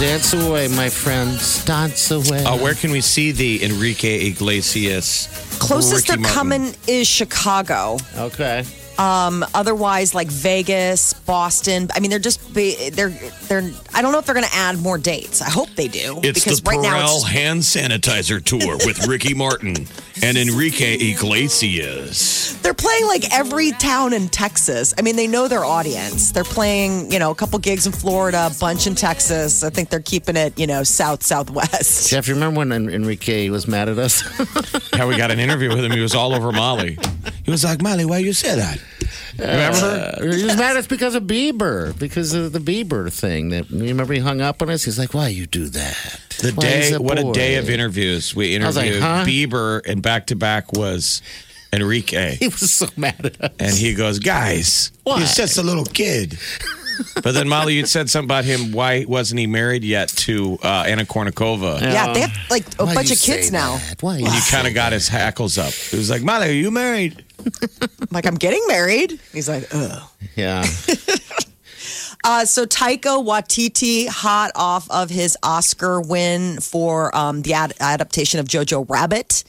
Dance away, my friends. Dance away.
Uh, where can we see the Enrique Iglesias?
closest
Ricky
they're
Martin?
coming is Chicago.
Okay.
Um, otherwise, like Vegas, Boston. I mean, they're just be, they're they're. I don't know if they're going to add more dates. I hope they do
It's
because
the
right
Perel
now it's
hand sanitizer tour with Ricky Martin and Enrique Iglesias.
They're playing like every town in Texas. I mean, they know their audience. They're playing, you know, a couple gigs in Florida, a bunch in Texas. I think they're keeping it, you know, south southwest.
Jeff, you remember when En- Enrique was mad at us?
How we got an interview with him. He was all over Molly. He was like, Molly, why you say that? Remember?
he was mad at us because of Bieber, because of the Bieber thing. That you remember he hung up on us. He's like, "Why you do that?"
The
Why he's
day, what a
boy?"
day of interviews. We
was like,
interviewed
huh?
Bieber, and back to back was Enrique.
He was so mad at us.
And he goes, Guys, he's just a little kid. but then, Molly, you'd said something about him. Why wasn't he married yet to uh, Anna Kournikova?
yeah, they have like a
Why
bunch
you
of kids
say
now.
that? Why?
And
you-
he kind of got his hackles up. It was like, Molly, are you married?
I'm like, I'm getting married. He's like, ugh.
yeah.
Uh, so Taika Waititi, hot off of his Oscar win for um, the ad- adaptation of Jojo Rabbit.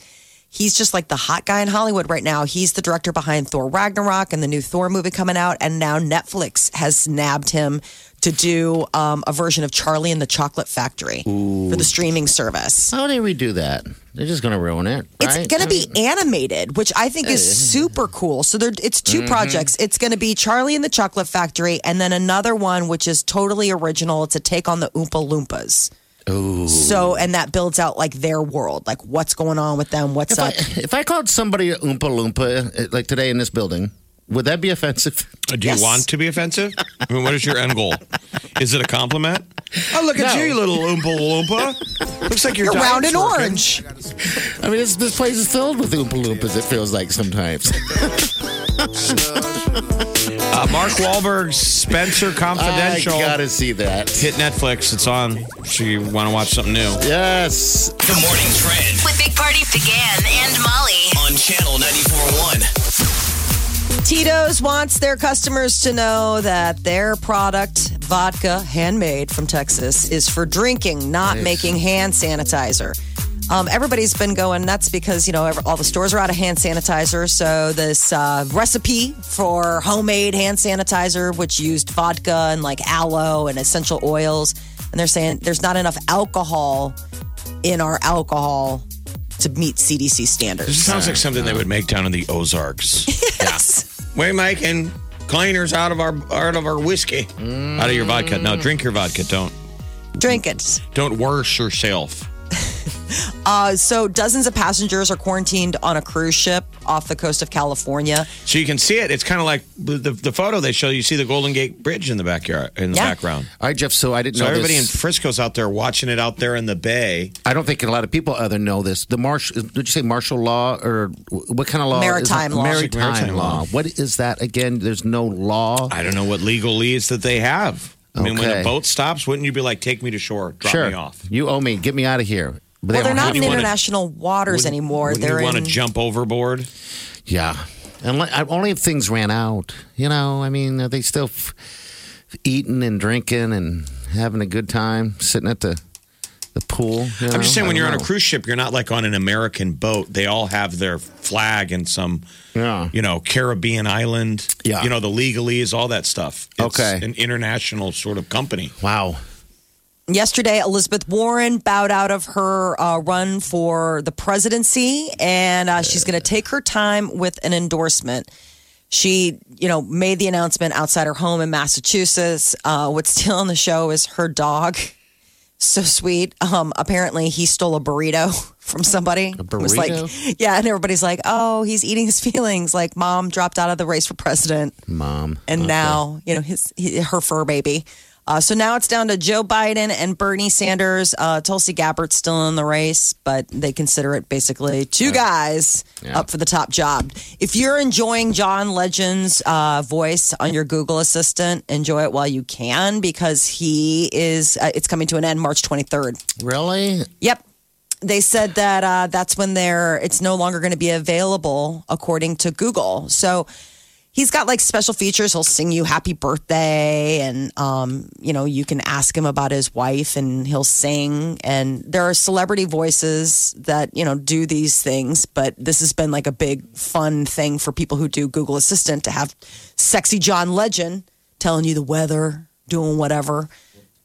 He's just like the hot guy in Hollywood right now. He's the director behind Thor Ragnarok and the new Thor movie coming out. And now Netflix has nabbed him to do um, a version of Charlie and the Chocolate Factory for the streaming service.
How do we do that? They're just going to ruin it.
It's
right? Mm.
going
I
to be animated, which I think is super cool. So there, it's 2
Mm-hmm.
projects. It's going to be Charlie and the Chocolate Factory, and then another one which is totally original. It's a take on the Oompa Loompas. So and that builds out like their world, like what's going on with them, what's
If I,
up.
if I called somebody a Oompa Loompa, uh, like today in this building, would that be offensive?
Uh, Do you want to be offensive? I mean, what is your end goal? Is it a compliment? Oh, look at
No.
you, you little Oompa Loompa. Looks like your
You're round
diet's
and
working.
orange.
I mean, this, this place is filled with Oompa Loompas, it feels like sometimes.
Uh, Mark Wahlberg's Spencer
I
Confidential.
got to see that.
Hit Netflix. It's on. So you want to watch something new.
Yes.
The morning trend
With Big Party began and Molly.
on channel 941.
Tito's wants their customers to know that their product, vodka, handmade from Texas, is for drinking, not making hand sanitizer. Um, everybody's been going nuts because, you know, ev- all the stores are out of hand sanitizer. So, this uh, recipe for homemade hand sanitizer, which used vodka and like aloe and essential oils, and they're saying there's not enough alcohol in our alcohol to meet CDC standards.
This sounds like something they would make down in the Ozarks.
Yes.
We're making cleaners out of our out of our whiskey, Mm. out of your vodka. Now drink your vodka. Don't
Drink it.
don't wash yourself.
Uh, so dozens of passengers are quarantined on a cruise ship off the coast of California.
So you can see it. It's kind of like the, the, the photo they show. You see the Golden Gate Bridge in the backyard, in the
Yeah.
background.
All right, Jeff, so I didn't
So
know
everybody
this.
in Frisco's out there watching it out there in the bay.
I don't think a lot of people other know this. The marsh, did you say martial law or what kind of law? is-
Maritime law.
Maritime,
Maritime
law.
law.
What is that again? There's no law.
I don't know what legalese that they have. I mean, when
Okay.
the boat stops, wouldn't you be like, "Take me to shore, drop
sure.
me off"?
You owe me. Get me out of here. But
Well, they're
don't
not
have
in
to.
wanna-
international waters anymore.
Wouldn't you
They're
want to
in.
jump overboard?
Yeah. And li- I- only if things ran out. You know, I mean, are they still f- eating and drinking and having a good time sitting at the the pool? you know?
I'm just saying,
I
when
don't
you're on a
know.
cruise ship, you're not like on an American boat. They all have their flag and some,
Yeah.
you know, Caribbean island.
Yeah.
You know, the legalese, all that stuff. It's
Okay.
An international sort of company.
Wow.
Yesterday, Elizabeth Warren bowed out of her uh, run for the presidency, and uh, she's going to take her time with an endorsement. She, you know, made the announcement outside her home in Massachusetts. Uh, what's still on the show is her dog. So sweet. Um, apparently, he stole a burrito from somebody. A Was like,
burrito?
yeah, and everybody's like, "Oh, he's eating his feelings." Like, mom dropped out of the race for president
Mom.
and
Okay.
now you know his, he her fur baby. Uh, so now it's down to Joe Biden and Bernie Sanders. Uh, Tulsi Gabbard's still in the race, but they consider it basically two guys
Yeah.
up for the top job. If you're enjoying John Legend's uh, voice on your Google Assistant, enjoy it while you can because he is. Uh, it's coming to an end March 23rd.
Really?
Yep. They said that uh, that's when they're, it's no longer going to be available according to Google. So he's got like special features. He'll sing you happy birthday and um, you know, you can ask him about his wife and he'll sing and there are celebrity voices that, you know, do these things, but this has been like a big fun thing for people who do Google Assistant to have sexy John Legend telling you the weather, doing whatever.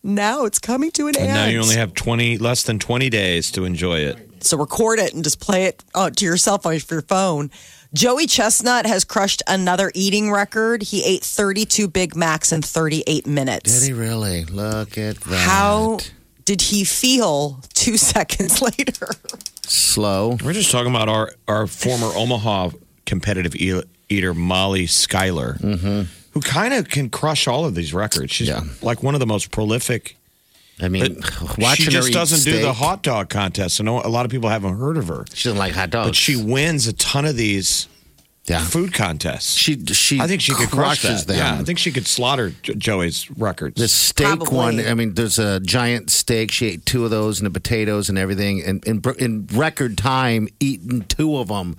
Now it's coming to an
And
end.
now you only have 20, less than 20 days to enjoy it.
So record it and just play it uh, to yourself on your phone. Joey Chestnut has crushed another eating record. He ate 32 Big Macs in 38 minutes.
Did he really? Look at that.
How did he feel two seconds later?
slow?
We're just talking about our, our former Omaha competitive e- eater, Molly Schuyler, who kind of can crush all of these records. She's
Mm-hmm. Yeah.
like one of the most prolific.
I mean,
But
watching
she just
her eat
doesn't do the
steak-
hot dog contest. I know a lot of people haven't heard of her,
She doesn't like hot dogs.
but she wins a ton of these
Oh, yeah.
food contests.
She she.
I think she could crush
crushes
that.
them.
Yeah, I think she could slaughter Jo- Joey's records.
The steak
Probably.
one, I mean, there's a giant steak. She ate two of those and the potatoes and everything and in, in record time, eating two of them.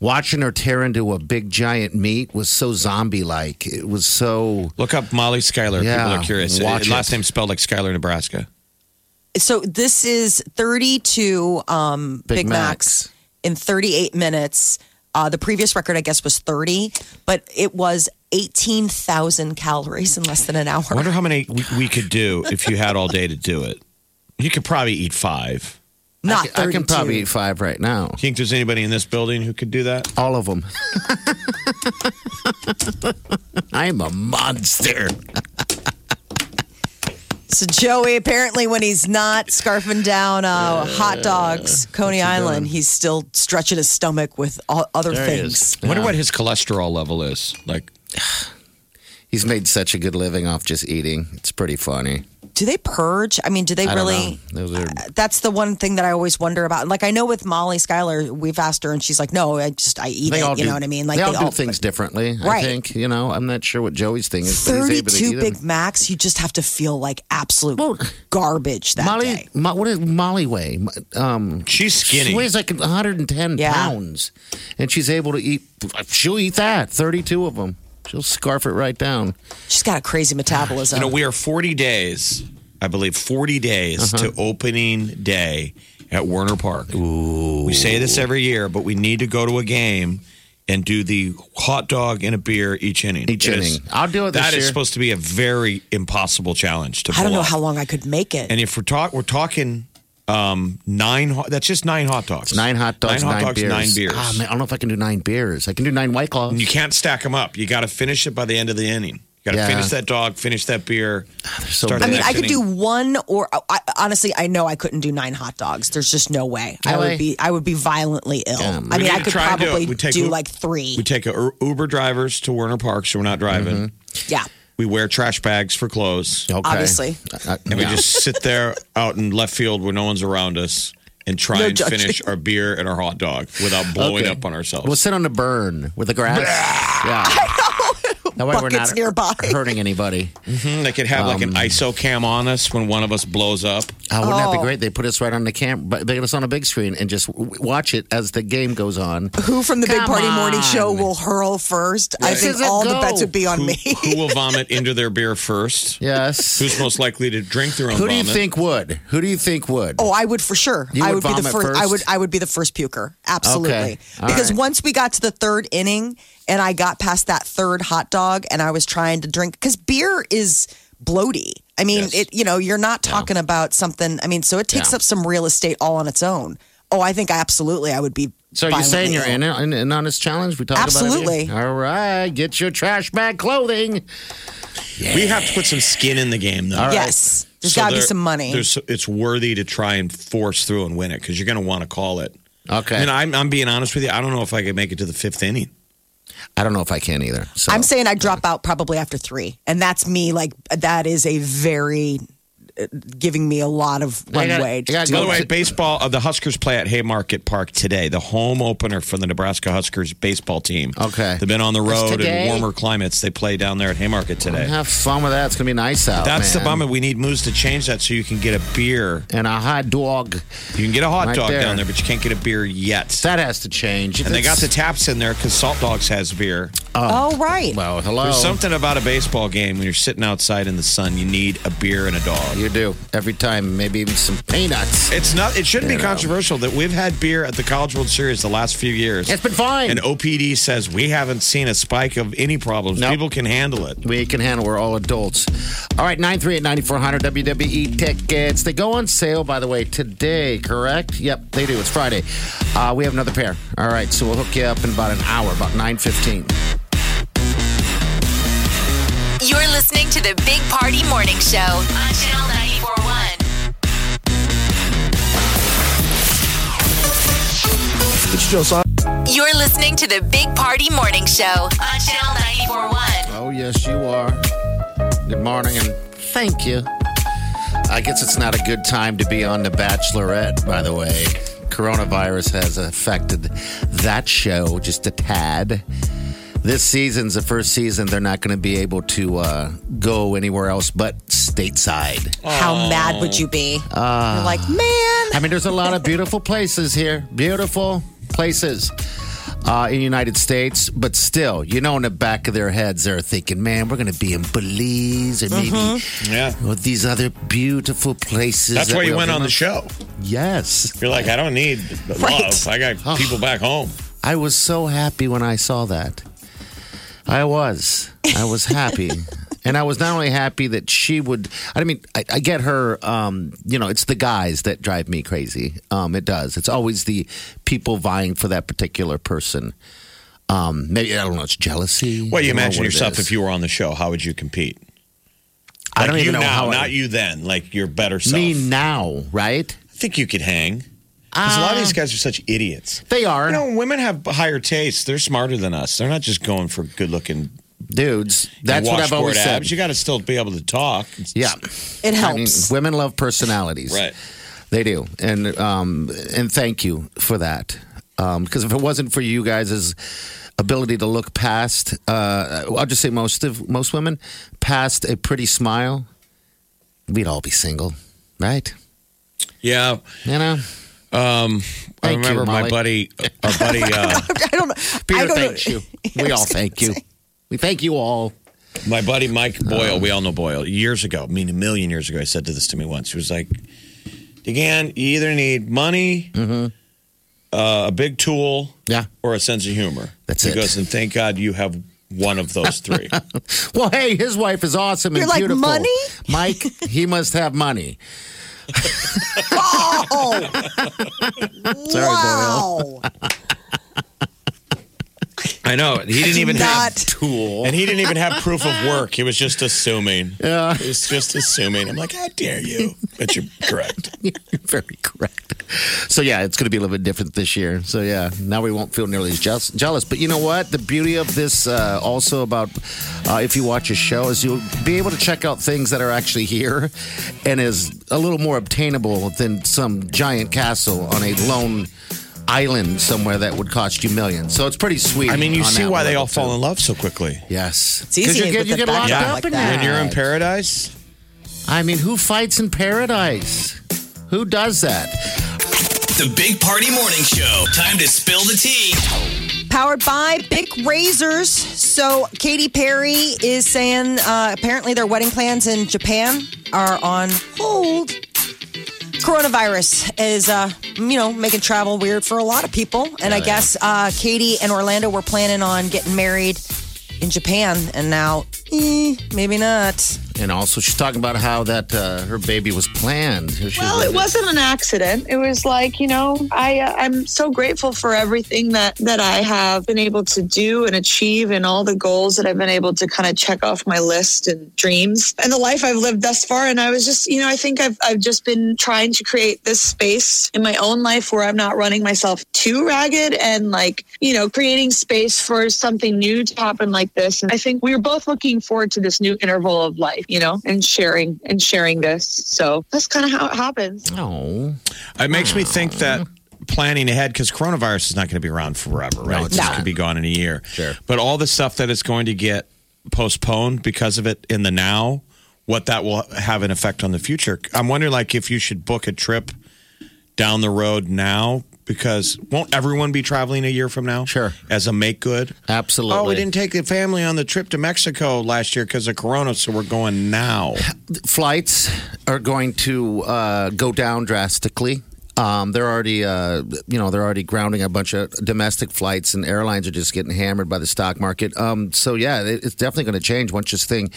Watching her tear into a big giant meat was so zombie like. It was so.
Look up Molly Schuyler.
Yeah,
People are curious. Uh,
watch
Last
it.
name spelled like Schuyler, Nebraska.
So this is 32 um, Big,
Big
Macs. in 38 minutes. Uh, the previous record, I guess, was 30, but it was 18,000 calories in less than an hour.
I wonder how many we, we could do if you had all day to do it. You could probably eat five.
Not
I
32.
can probably eat five right now.
Do you think there's anybody in this building who could do that?
All of them. I'm a monster.
So Joey, apparently, when he's not scarfing down uh, hot dogs, Coney Island, he's still stretching his stomach with all other
There he
things.
is.
I wonder what his cholesterol level is. Like,
He's made such a good living off just eating. It's pretty funny.
Do they purge? I mean, do they
I
really?
don't know. Those are,
That's the one thing that I always wonder about. Like I know with Molly Schuyler, we've asked her, and she's like, "No, I just I eat it." You know what I mean? Like
they, all, do things differently. I
Right.
think you know. I'm not sure what Joey's thing is. but he's able to eat them.
Thirty-two Big Macs. You just have to feel like absolute garbage that
Molly,
day.
Mo- what is Molly weigh? Um,
she's
She
skinny.
weighs like 110
Yeah.
pounds, and she's able to eat. She'll eat that 32 of them. She'll scarf it right down.
She's got a crazy metabolism.
You know, we are 40 days, I believe, 40 days
Uh-huh.
to opening day at Werner Park. We say this every year, but we need to go to a game and do the hot dog and a beer each inning.
Each
It
inning.
is-
I'll do it this
That is
year.
supposed to be a very impossible challenge to
I don't
pull
know
off.
how long I could make it.
And if we're talk, we're talking um, nine. ho- That's just nine hot dogs.
Nine hot dogs,
Nine
nine,
hot dogs,
beers.
nine beers.
Ah, man, I don't know if I can do nine beers. I can do nine white claws.
You can't stack them up. You got to finish it by the end of the inning. You got to
Yeah.
finish that dog, finish that beer.
so
start the
I mean,
next
I could do
inning.
one or oh, I, honestly, I know I couldn't do nine hot dogs. There's just no way. I would
Really?
be, I would be violently ill. I
We
mean,
need
I
to
could
try and do it.
probably
We
do,
take Uber-
like three.
We take a, Uber drivers to Werner Park, so we're not driving.
Mm-hmm. yeah,
We wear trash bags for clothes,
Okay.
obviously.
I- I-
and
yeah.
we just sit there out in left field where no one's around us and try
No
and
judging.
finish our beer and our hot dog without blowing
Okay.
up on ourselves.
We'll sit on the burn with the grass. yeah. That way we're
Buckets
not
nearby.
hurting anybody.
Mm, they could have like
Um,
an ISO cam on us when one of us blows up.
Oh, wouldn't that be great? They put us right on the cam, but they put us on a big screen and just w- watch it as the game goes on.
Who from the Big
Come
Party Morning
on.
Show will hurl first? I
This
think
is a
all the
go.
bets would be on
Who,
me.
who will vomit into their beer first?
Yes.
Who's most likely to drink their own
Who do you
vomit?
think would? Who do you think would?
Oh, I would for sure.
You
I would
would
be the
vomit
I would
first?
I would be the first puker. Absolutely.
Okay. All
Because
right.
once we got to the third inning and I got past that third hot dog and I was trying to drink cuz beer is bloaty. I mean,
Yes.
it you know, you're not talking about something. I mean, so it takes
Yeah.
up some real estate all on its own. Oh, I think I absolutely I would be
So are you saying
violently
you're
ill.
in, in, in on this challenge? We talked
Absolutely.
about it. here? All right, get your trash bag clothing.
We have to put some skin in the game, though.
Yes. There's
So
got to be
there-
some money.
There's, it's worthy to try and force through and win it because you're going to want to call it.
Okay.
And I'm, I'm being honest with you. I don't know if I could make it to the fifth inning.
I don't know if I can either. So
I'm saying I drop out probably after 3. And that's me like that is a very uh, giving me a lot of runway.
I gotta
to-
By the
go
way,
to-
baseball, uh, the Huskers play at Haymarket Park today, the home opener for the Nebraska Huskers baseball team.
Okay.
They've been on the
That's
road in
today?
warmer climates. They play down there at Haymarket today.
Have fun with that. It's gonna be nice out.
That's
man.
the bummer. We need moves to change that so you can get a beer.
And a hot dog
You can get a hot
Right
dog
there.
down there, but you can't get a beer yet.
that has to change.
and they got the
It's-
taps in there because Salt Dogs has beer.
oh, right.
well, hello.
There's something about a baseball game when you're sitting outside in the sun. You need a beer and a dog.
You do every time. Maybe even some peanuts.
It's not. It shouldn't be
You know.
controversial that we've had beer at the College World Series the last few years.
It's been fine.
And OPD says we haven't seen a spike of any problems.
No.
People can handle it.
We can handle. We're all adults. All right, 938-9400 WWE E tickets. They go on sale, by the way, today. Correct? Yep, they do. It's Friday. Uh, we have another pair. All right, so we'll hook you up in about an hour, about nine fifteen.
You're listening to the Big Party Morning Show on Channel 941.
It's Joe Simon.
You're listening to the Big Party Morning Show on Channel 941.
Oh yes, you are. Good morning, and thank you. I guess it's not a good time to be on The Bachelorette, by the way. Coronavirus has affected that show just a tad. This season's the first season they're not going to be able to uh, go anywhere else but stateside.
How mad would you be? You're like, man.
I mean, there's a lot of beautiful places here. Beautiful places uh, in the United States, but still, you know, in the back of their heads, they're thinking, "Man, we're going to be in Belize or maybe
Yeah.
or these other beautiful places."
Mm-hmm. That's
that
why
we
you went
all-
on the show.
Yes,
You're like, I don't need
Right.
love. I got people back home.
I was so happy when I saw that. I was, I was happy. And I was not only happy that she would. I mean, I, I get her. Um, you know, it's the guys that drive me crazy. Um, it does. It's always the people vying for that particular person. Um, maybe I don't know. It's jealousy.
Well, you
I don't know
imagine
what it
yourself
is.
if you were on the show. How would you compete?
I don't
Like,
even
you
know
now,
how. I-
not you then. Like your better self.
Me now, right?
I think you could hang. Because a
Uh.
lot of these guys are such idiots.
They are
You know, women have higher tastes. They're smarter than us. They're not just going for good looking.
dudes. That's what I've always said.
abs. You got to still be able to talk.
Yeah,
It
I mean,
helps.
women love personalities.
Right.
They do, and um, and thank you for that. Because if it wasn't for you guys' ability to look past, uh, I'll just say most of most women past a pretty smile, we'd all be single, right?
Yeah.
You know,
Um, I
Thank you,
remember my
Molly.
buddy, our buddy, uh,
I don't know. I
Peter,
don't
thank
know.
you. We all thank you. We thank you all.
my buddy Mike Boyle. we all know Boyle. Years ago, I mean a million years ago, I said to this to me once. He was like, "Again, you either need money, uh, a big tool,
Yeah.
or a sense of humor."
That's
he
it.
goes, and thank God you have one of those three.
Well, hey, his wife is awesome
You're
and
like,
beautiful.
"Money?"
Mike, he must have money.
Oh, wow.
I know he didn't even
Not
have tool, and he didn't even have proof of work. He was just assuming. Yeah, he was just assuming. I'm like, how dare you? But you're correct.
Very correct. So yeah, it's going to be a little bit different this year. So yeah, now we won't feel nearly as jealous. jealous. But you know what? The beauty of this uh, also about uh, if you watch a show is you'll be able to check out things that are actually here and is a little more obtainable than some giant castle on a lone island somewhere that would cost you millions. So it's pretty sweet.
I mean, you
on
see
that
why they
level,
all fall
too.
in love so quickly.
Yes,
It's
you
easy
get
with
you
the
get locked
background
up
like
in
that.
that.
When you're in paradise,
I mean, who fights in paradise? Who does that?
The Big Party Morning Show. Time to spill the tea.
Powered by Bic Razors. So Katy Perry is saying uh, apparently their wedding plans in Japan are on hold. Coronavirus is, uh, you know, making travel weird for a lot of people. And I guess uh, Katie and Orlando were planning on getting married in Japan. And now, eh, maybe not.
And also, she's talking about how that uh, her baby was planned. Who she
Well, it wasn't an accident. It was like you know, I uh, I'm so grateful for everything that that I have been able to do and achieve, and all the goals that I've been able to kind of check off my list and dreams, and the life I've lived thus far. And I was just, you know, I think I've I've just been trying to create this space in my own life where I'm not running myself too ragged and like you know creating space for something new to happen like this. And I think we were both looking forward to this new interval of life. you know, and sharing and sharing this. So that's kind of how it happens.
Oh,
It makes me think that planning ahead because coronavirus is not going to be around forever, right?
it's
this
not.
could be gone in a year.
Sure.
But all the stuff that is going to get postponed because of it in the now, what that will have an effect on the future. I'm wondering, like, if you should book a trip down the road now because won't everyone be traveling a year from now?
Sure.
As a make good.
absolutely.
Oh, we didn't take the family on the trip to Mexico last year because of Corona, so we're going now.
flights are going to uh, go down drastically. Um, they're already, uh, you know, they're already grounding a bunch of domestic flights, and airlines are just getting hammered by the stock market. Um, so yeah, it, it's definitely going to change once this thing,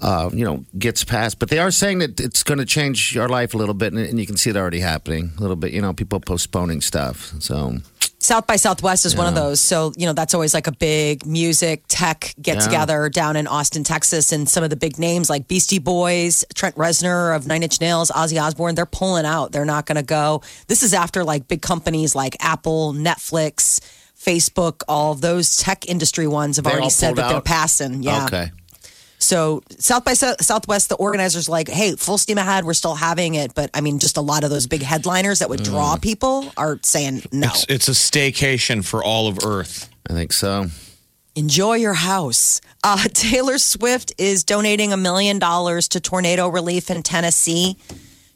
uh, you know, gets passed. But they are saying that it's going to change our life a little bit, and, and you can see it already happening a little bit. You know, people postponing stuff. So
South by Southwest is one of those. So, you know, that's always like a big music tech get together down in Austin, Texas. And some of the big names like Beastie Boys, Trent Reznor of Nine Inch Nails, Ozzy Osbourne, they're pulling out. They're not going to go. This is after like big companies like Apple, Netflix, Facebook, all those tech industry ones have
They
already
all
said
pulled
that they're
out?
passing. Yeah.
okay,
So South by Sou- Southwest, the organizers like, hey, full steam ahead. We're still having it, but I mean, just a lot of those big headliners that would
Mm.
draw people are saying no.
It's, it's a staycation for all of Earth.
I think so.
Enjoy your house. Uh, Taylor Swift is donating a million dollars to tornado relief in Tennessee.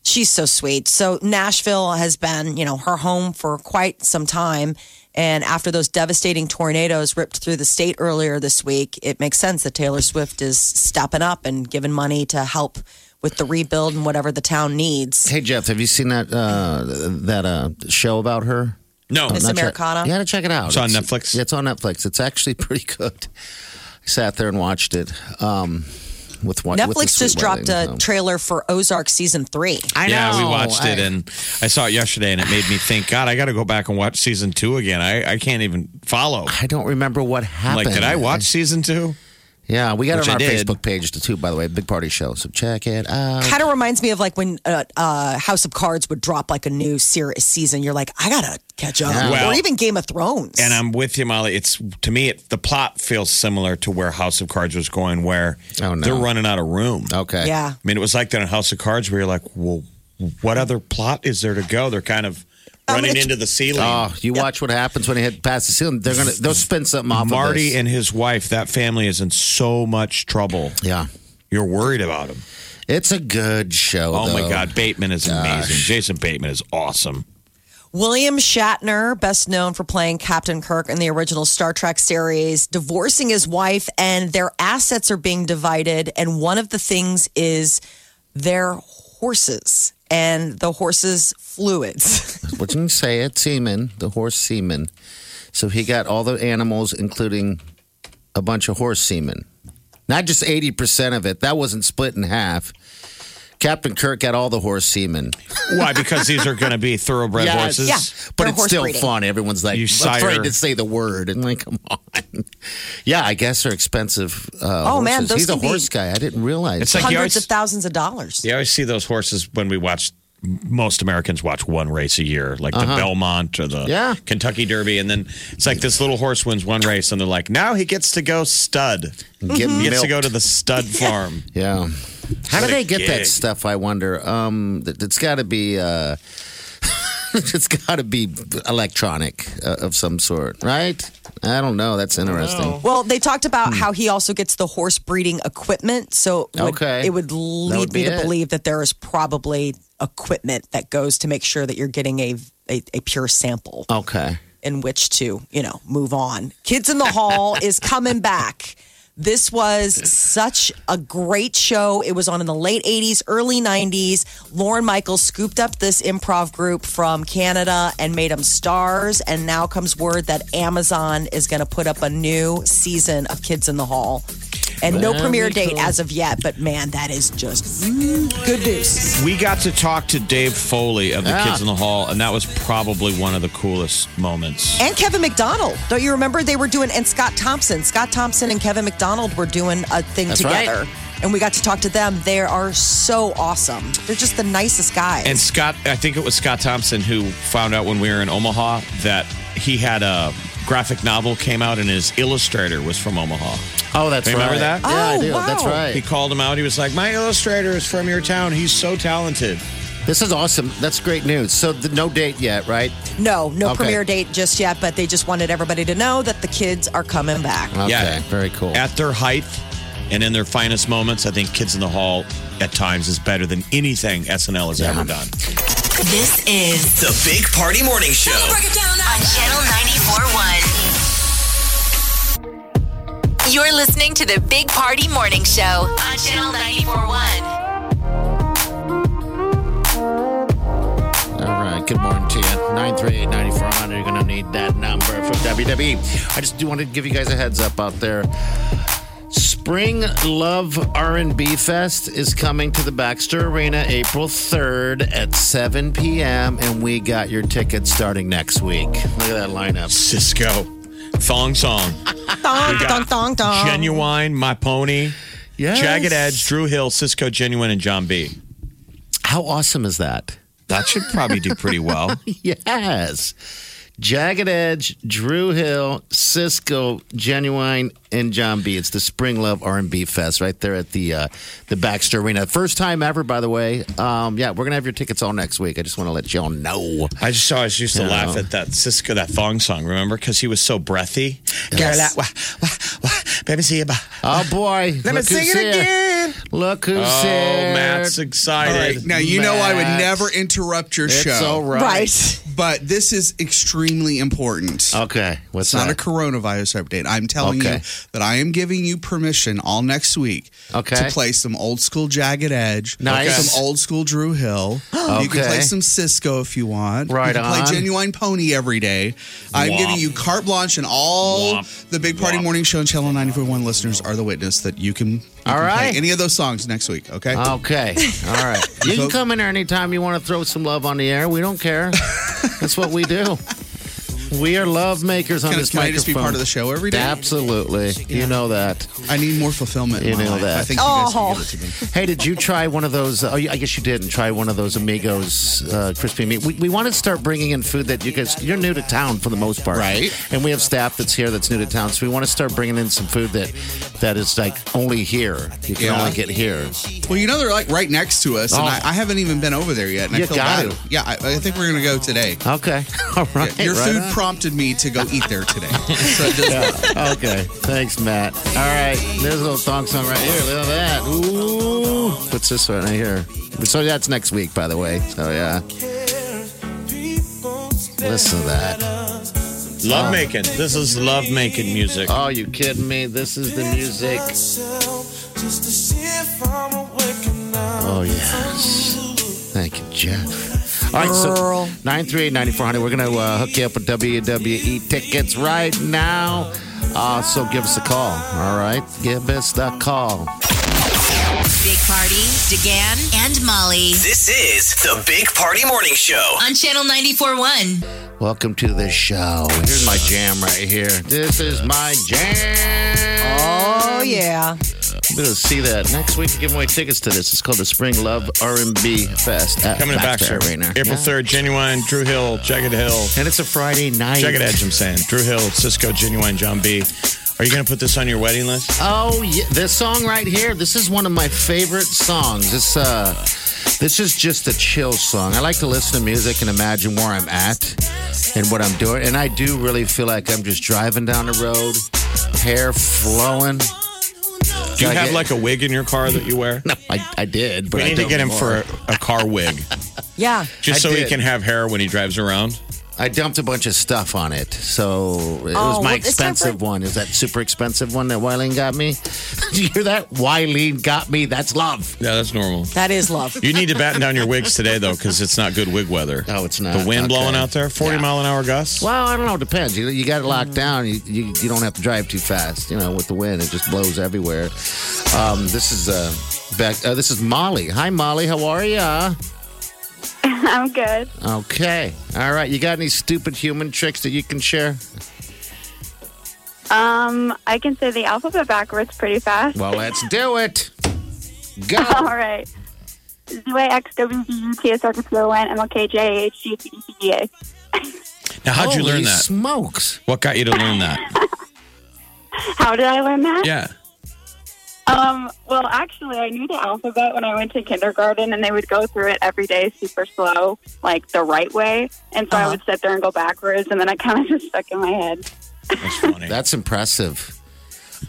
She's so sweet. So Nashville has been, you know, her home for quite some time. And after those devastating tornadoes ripped through the state earlier this week, it makes sense that Taylor Swift is stepping up and giving money to help with the rebuild and whatever the town needs.
Hey Jeff, have you seen that uh, that uh, show about her?
No.
Miss
Not check-
Americana.
You got to check it out.
It's on Netflix?
It's on Netflix. It's actually pretty good. I sat there and watched it. Um, with what with the
Netflix just
sweet
dropped
wedding,
a
so.
trailer for Ozark season three.
I know.
Yeah, we watched it
I-
and I saw it yesterday and it made me think, God, I got to go back and watch season two again. I, I can't even follow.
I don't remember what happened.
Like, did I watch season two?
Yeah, we got it
Which
on
I
our
did.
Facebook page too. By the way, big party show. So check it out.
kind of reminds me of like when uh, uh, House of Cards would drop like a new series season. You're like, I gotta catch up,
Yeah.
or
Well-
even Game of Thrones.
And I'm with you, Molly. It's to me, it, the plot feels similar to where House of Cards was going, where
Oh, no.
they're running out of room.
Okay.
yeah,
I mean, it was like that in House of Cards where you're like, well, what other plot is there to go? They're kind of running
gonna-
into the ceiling.
Um, Oh, you watch what happens when it hit past the ceiling. They're gonna they'll spin something off.
Marty
of
and his wife, that family is in so much trouble.
this. yeah,
You're worried about him.
it's a good show.
Oh my
though.
God, Bateman is amazing. Jason Bateman is awesome.
William Shatner, best known for playing Captain Kirk in the original Star Trek series, divorcing his wife, and their assets are being divided. And one of the things is their horses and the horses' fluids.
What did you say? It semen, the horse semen. So he got all the animals, including a bunch of horse semen. Not just eighty percent of it. That wasn't split in half. Captain Kirk got all the horse semen,
Why? Because these are going to be thoroughbred
Yes.
horses.
Yeah.
but
They're
it's
horse
still
breeding.
fun. Everyone's like
You sire-
afraid to say the word, and like, come on. yeah, I guess they're expensive. Uh,
Oh, man,
horses.
those
he's a
can be-
horse guy. I didn't realize.
It's like you
Hundreds
always,
of thousands of dollars.
you always see those horses when we watch. Most Americans watch one race a year, like the Belmont or the
Yeah.
Kentucky Derby, and then it's like this little horse wins one race, and they're like, now he gets to go stud.
Get
He gets to
milked.
go to the stud farm.
Yeah. How do
What a
they get that
gig.
stuff? I wonder. Um, th- it's got to be. Uh, it's got to be electronic uh, of some sort, right? I don't know. That's interesting.
Well, they talked about
Hmm.
how he also gets the horse breeding equipment. So it would,
Okay.
it would lead
would
me
be
to
it.
believe that there is probably equipment that goes to make sure that you're getting a, a, a pure sample
Okay.
in which to, you know, move on. Kids in the Hall is coming back. This was such a great show. It was on in the late 80s, early 90s. Lauren Michaels scooped up this improv group from Canada and made them stars. And now comes word that Amazon is going to put up a new season of Kids in the Hall. And no premiere date as of yet, but man, that is just mm, good news.
We got to talk to Dave Foley of the
Yeah.
Kids in the Hall, and that was probably one of the coolest moments.
And Kevin McDonald. Don't you remember they were doing, and Scott Thompson. Scott Thompson and Kevin McDonald were doing a thing
That's
together.
right.
And we got to talk to them. They are so awesome. They're just the nicest guys.
And Scott, I think it was Scott Thompson who found out when we were in Omaha that he had a graphic novel came out, and his illustrator was from Omaha.
Oh, that's
Remember
right.
that?
Yeah, I
Oh,
do. That's
wow.
right.
He called him out. He was like, "My illustrator is from your town. He's so talented."
This is awesome. That's great news. So, the, no date yet, right?
No, no
Okay.
premiere date just yet, but they just wanted everybody to know that the kids are coming back.
Okay,
Yeah.
very cool.
At their height and in their finest moments, I think Kids in the Hall at times is better than anything SNL has ever done.
This is
The Big Party Morning Show.
on Channel 94.1. You're listening to the Big Party Morning Show on Channel 94.1.
All right. Good morning to you. 938 9400. You're going to need that number from WWE. I just do want to give you guys a heads up out there. Spring Love R&B Fest is coming to the Baxter Arena April 3rd at 7 p.m. And we got your tickets starting next week. Look at that lineup.
Cisco, Thong Song,
Thong, thong, thong, thong.
Genuine, My Pony,
Yes.
Jagged Edge, Drew Hill, Cisco, Genuine, and John B.
How awesome is that?
That should probably do pretty well.
Yes. Jagged Edge, Drew Hill, Cisco, Genuine, and John B. It's the Spring Love R&B Fest right there at the uh, the Baxter Arena. First time ever, by the way. Um, yeah, we're gonna have your tickets all next week. I just want to let y'all know.
I just always used to
Yeah.
laugh at that Cisco, that Thong Song, remember? Because he was so breathy. Girl, I- wah, wah, wah, baby, see you. bye.
Oh boy,
Let me
Look who's
sing it
here.
again.
Look who's
Oh,
here.
Matt's excited.
All right, now you know I
Matt.
would never interrupt your
It's
show,
all right.
Right.
but this is extremely important.
Okay, what's
It's not a
that?
coronavirus update. I'm telling
Oh, Okay.
you that I am giving you permission all next week
Okay.
to play some old school Jagged Edge,
Nice.
some old school Drew Hill. You can
Okay.
play some Cisco if you want.
Right
you can
on.
play Genuine Pony every day. I'm
Womp.
giving you carte blanche, and all
Womp.
the Big Party
Womp.
Morning Show and Channel 941 listeners are the witness that you can, you
All
can
right. Oh,
play any of those songs next week, okay?
Okay, all right. You can come in here anytime you want to throw some love on the air. We don't care. That's what we do. We are love makers on
Can I-
this
can I
microphone.
just be part of the show every day?
Absolutely. You know that.
I need more fulfillment.
You
in my
know
life.
that.
I think you guys
Oh.
can give it to me.
Hey, did you try one of those? Oh, you- I guess you didn't try one of those Amigos uh, crispy meat. We, we want to start bringing in food that you guys you're new to town for the most part,
Right.
And we have staff that's here that's new to town, so we want to start bringing in some food that that is like only here. You can
Yeah.
only get here.
Well, you know they're like right next to us,
Oh.
and I, I haven't even been over there yet. And
You
I feel
gotta.
bad. Yeah, I, I think we're gonna go today.
Okay, all right.
Your
right
food
on.
prompted me to go eat there today. so it does work.
okay. Thanks, Matt. All right. There's a little thong song right here. Look at that. Ooh. What's this one right here? So that's next week, by the way. So yeah. Listen to that.
Love making. This is love making music.
Oh, you kidding me? This is the music. Oh yes. Thank you, Jeff. All right, so
Girl.
938-9400. We're gonna uh, hook you up with WWE tickets right now. Uh, so give us a call. All right, give us the call.
Big Party, DeGan, and Molly
This is the Big Party Morning Show.
on Channel 94.1.
Welcome to the show. Here's my jam right here. This is my jam.
Oh, yeah.
I'm gonna see that next week. Giving away tickets to this. It's called the Spring Love R&B Fest at
Coming to Baxter.
right now.
April 3rd, Genuine, Drew Hill, Jagged Hill.
and it's a Friday night.
Jagged Edge, I'm saying. Drew Hill, Cisco, Genuine, John B. Are you going to put this on your wedding list?
Oh, yeah, this song right here. This is one of my favorite songs. This uh, this is just a chill song. I like to listen to music and imagine where I'm at and what I'm doing. And I do really feel like I'm just driving down the road, hair flowing.
Do you
Gotta
have
get-
like a wig in your car that you wear?
No, I, I did. But
We
I
need to
don't
get him
anymore.
for a, a car wig,
Yeah.
just
I
so he
did.
can have hair when he drives around.
I dumped a bunch of stuff on it, so it was
Oh,
my
well, it's time
expensive
for-
one. Is that super expensive one that Wileen got me? Did you hear that? Wileen got me. That's love.
Yeah, that's normal.
That is love.
You need to batten down your wigs today, though, because it's not good wig weather.
No, it's not.
The wind
Okay.
blowing out there, 40
Yeah.
mile an hour gusts.
Well, I don't know. It depends. You, you got it locked down. You, you you don't have to drive too fast. You know, with the wind, it just blows everywhere. Um, this is uh, back. Uh, this is Molly. Hi, Molly. How are ya?
I'm good.
Okay. All right. You got any stupid human tricks that you can share?
Um, I can say the alphabet backwards pretty fast.
Well, let's do it. Go.
All right. E Z Y X W D U T S R T O N M L K J A H G T D C D A.
Now, how'd you
Holy
learn that?
Smokes.
What got you to learn that?
How did I learn that?
Yeah.
Um, well, actually, I knew the alphabet when I went to kindergarten, and they would go through it every day super slow, like the right way. And so I would sit there and go backwards, and then I kind of just stuck in my head.
That's impressive.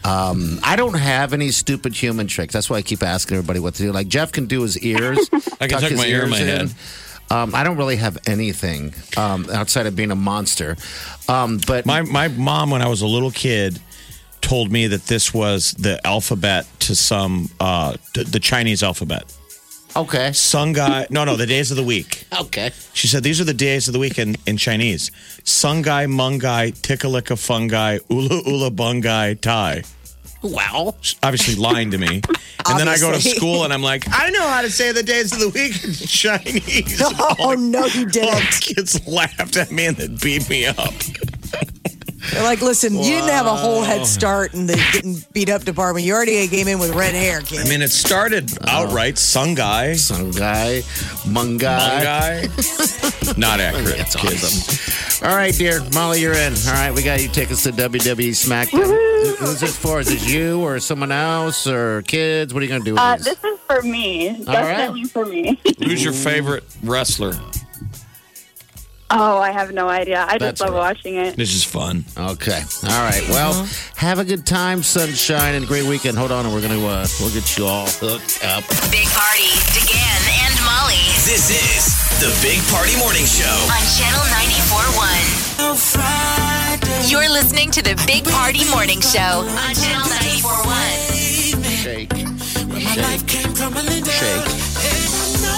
Um, I don't have any stupid human tricks. That's why I keep asking everybody what to do. Like Jeff can do his ears.
I can tuck
his
my ear in my head.
Um, I don't really have anything um, outside of being a monster. Um, but
My my mom, when I was a little kid, told me that this was the alphabet to some uh, th- the Chinese alphabet.
okay,
Sun guy, no, no, the days of the week.
okay,
She said these are the days of the week in, in Chinese: sungai, mungai, tikalika, fungi, ula ula bungai, tai.
wow.
She's Obviously lying to me, and then I go to
Obviously.
school and I'm like, I know how to say the days of the week in Chinese.
Oh no, you
All the
didn't.
kids laughed at me and they beat me up.
They're like, listen, you didn't have a whole head start in the getting beat up department. You already came in with red hair, kid.
I mean, it started outright sungai,
Some guy, mung guy.
Fungi. Not accurate.
That's
kids.
awesome. All right, dear Molly, you're in. All right, we got you tickets to WWE SmackDown. Who- Who's this for? Is it you or someone else or kids? What are you going to do with
Uh,
these?
this is for me,
All right.
definitely for me.
Who's your favorite wrestler?
oh, I have no idea. I just
That's
love
right.
watching it.
This is fun.
Okay. All right. Well, have a good time, sunshine, and a great weekend. Hold on, and we're gonna uh, we'll get you all hooked up.
Big Party, DeGan and Molly
This is the Big Party Morning Show.
on Channel 94.1. You're listening to the Big Party Morning Show on Channel 94.1.
Shake, shake, shake.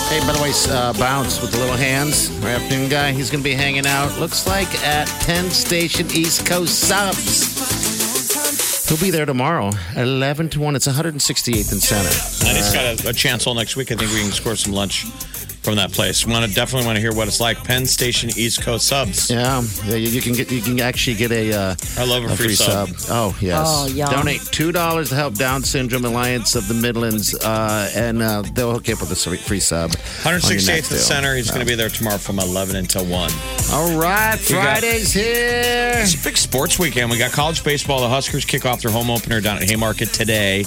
Hey, by the way, uh, bounce with the little hands. Our afternoon guy. He's gonna be hanging out. Looks like at Penn Station East Coast Subs. He'll be there tomorrow at 11 to 1. It's 168th and Center.
And he's got a, a chance all next week. I think we can score some lunch from that place. Want to definitely want to hear what it's like. Penn Station East Coast subs.
Yeah, yeah, you, you can get you can actually get a uh,
I love a
a
free, sub.
Oh yes.
Oh, yum.
Donate two dollars to help Down Syndrome Alliance of the Midlands, uh, and uh, they'll hook you up with a free- free sub. on your
168th
next
and
deal.
Center. He's going to be there tomorrow from 11 until 1.
All right,
We got-
Friday's here.
It's a big sports weekend. We got college baseball. The Huskers kick off their home opener down at Haymarket today.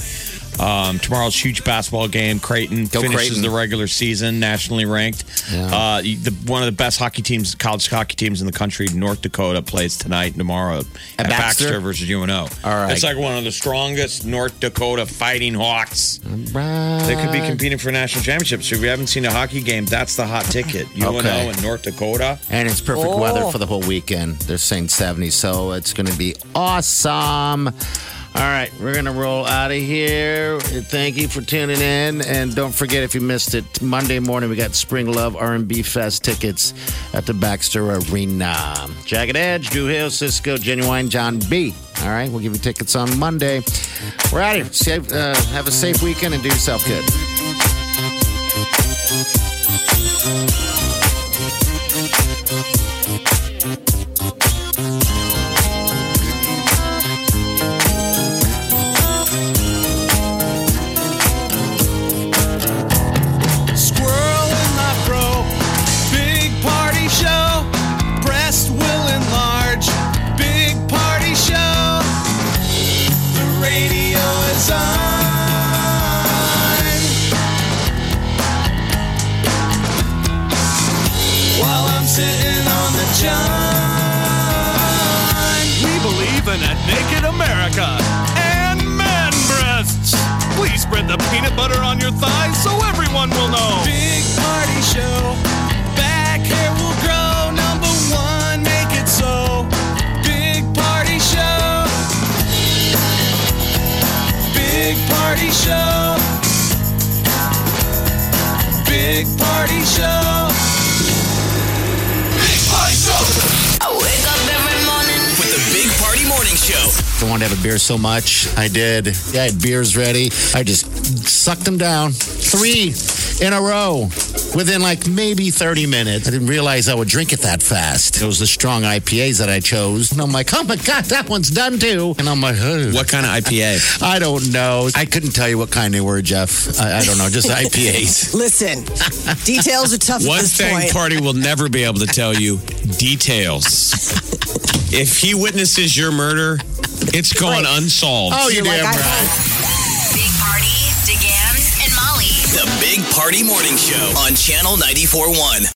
Um, tomorrow's huge basketball game. Creighton
Go
finishes
Creighton.
the regular season nationally ranked. Uh, the, one of the best hockey teams, college hockey teams in the country, North Dakota, plays tonight and tomorrow
At
at,
Baxter?
Baxter? versus UNO.
All right.
it's like one of the strongest North Dakota Fighting Hawks.
Right.
They could be competing for national championships. If you haven't seen a hockey game, that's the hot ticket. UNO
Okay.
and North Dakota.
And it's perfect
Oh.
weather for the whole weekend. They're saying 70, so it's going to be awesome. All right, we're going to roll out of here. Thank you for tuning in. And don't forget, if you missed it, Monday morning we got Spring Love R&B Fest tickets at the Baxter Arena. Jagged Edge, Drew Hill, Cisco, Genuine, John B. All right, we'll give you tickets on Monday. We're out of here. Safe, uh, have a safe weekend and do yourself good.
Squirrel in my fro. Big party show. Breast will enlarge. Big party show. The radio is on. While I'm sitting on the john. We believe in a naked America and man breasts. Please spread the peanut butter on your thighs so everyone will know. Big party show. Back hair will grow. Number one, make it so. Big party show. Big party show. Big party show. Big party show.
I wake up every morning.
With the Big Party Morning Show.
I wanted to have a beer so much. I did. Yeah, I had beers ready. I just sucked them down. Three. in a row within like maybe 30 minutes. I didn't realize I would drink it that fast. It was the strong IPAs that I chose. And I'm like, oh my God, that one's done too. And I'm like, "Ugh."
What kind of IPA?
I don't know. I couldn't tell you what kind they were, Jeff. I, I don't know. Just IPAs.
Listen, details are tough at
One
this
thing
point.
Party will never be able to tell you details. if he witnesses your murder, it's going unsolved.
Oh, you
You're
damn
like, I-
right.
Big Party, DeGan, and Molly.
The Big Party Morning Show on Channel 94.1.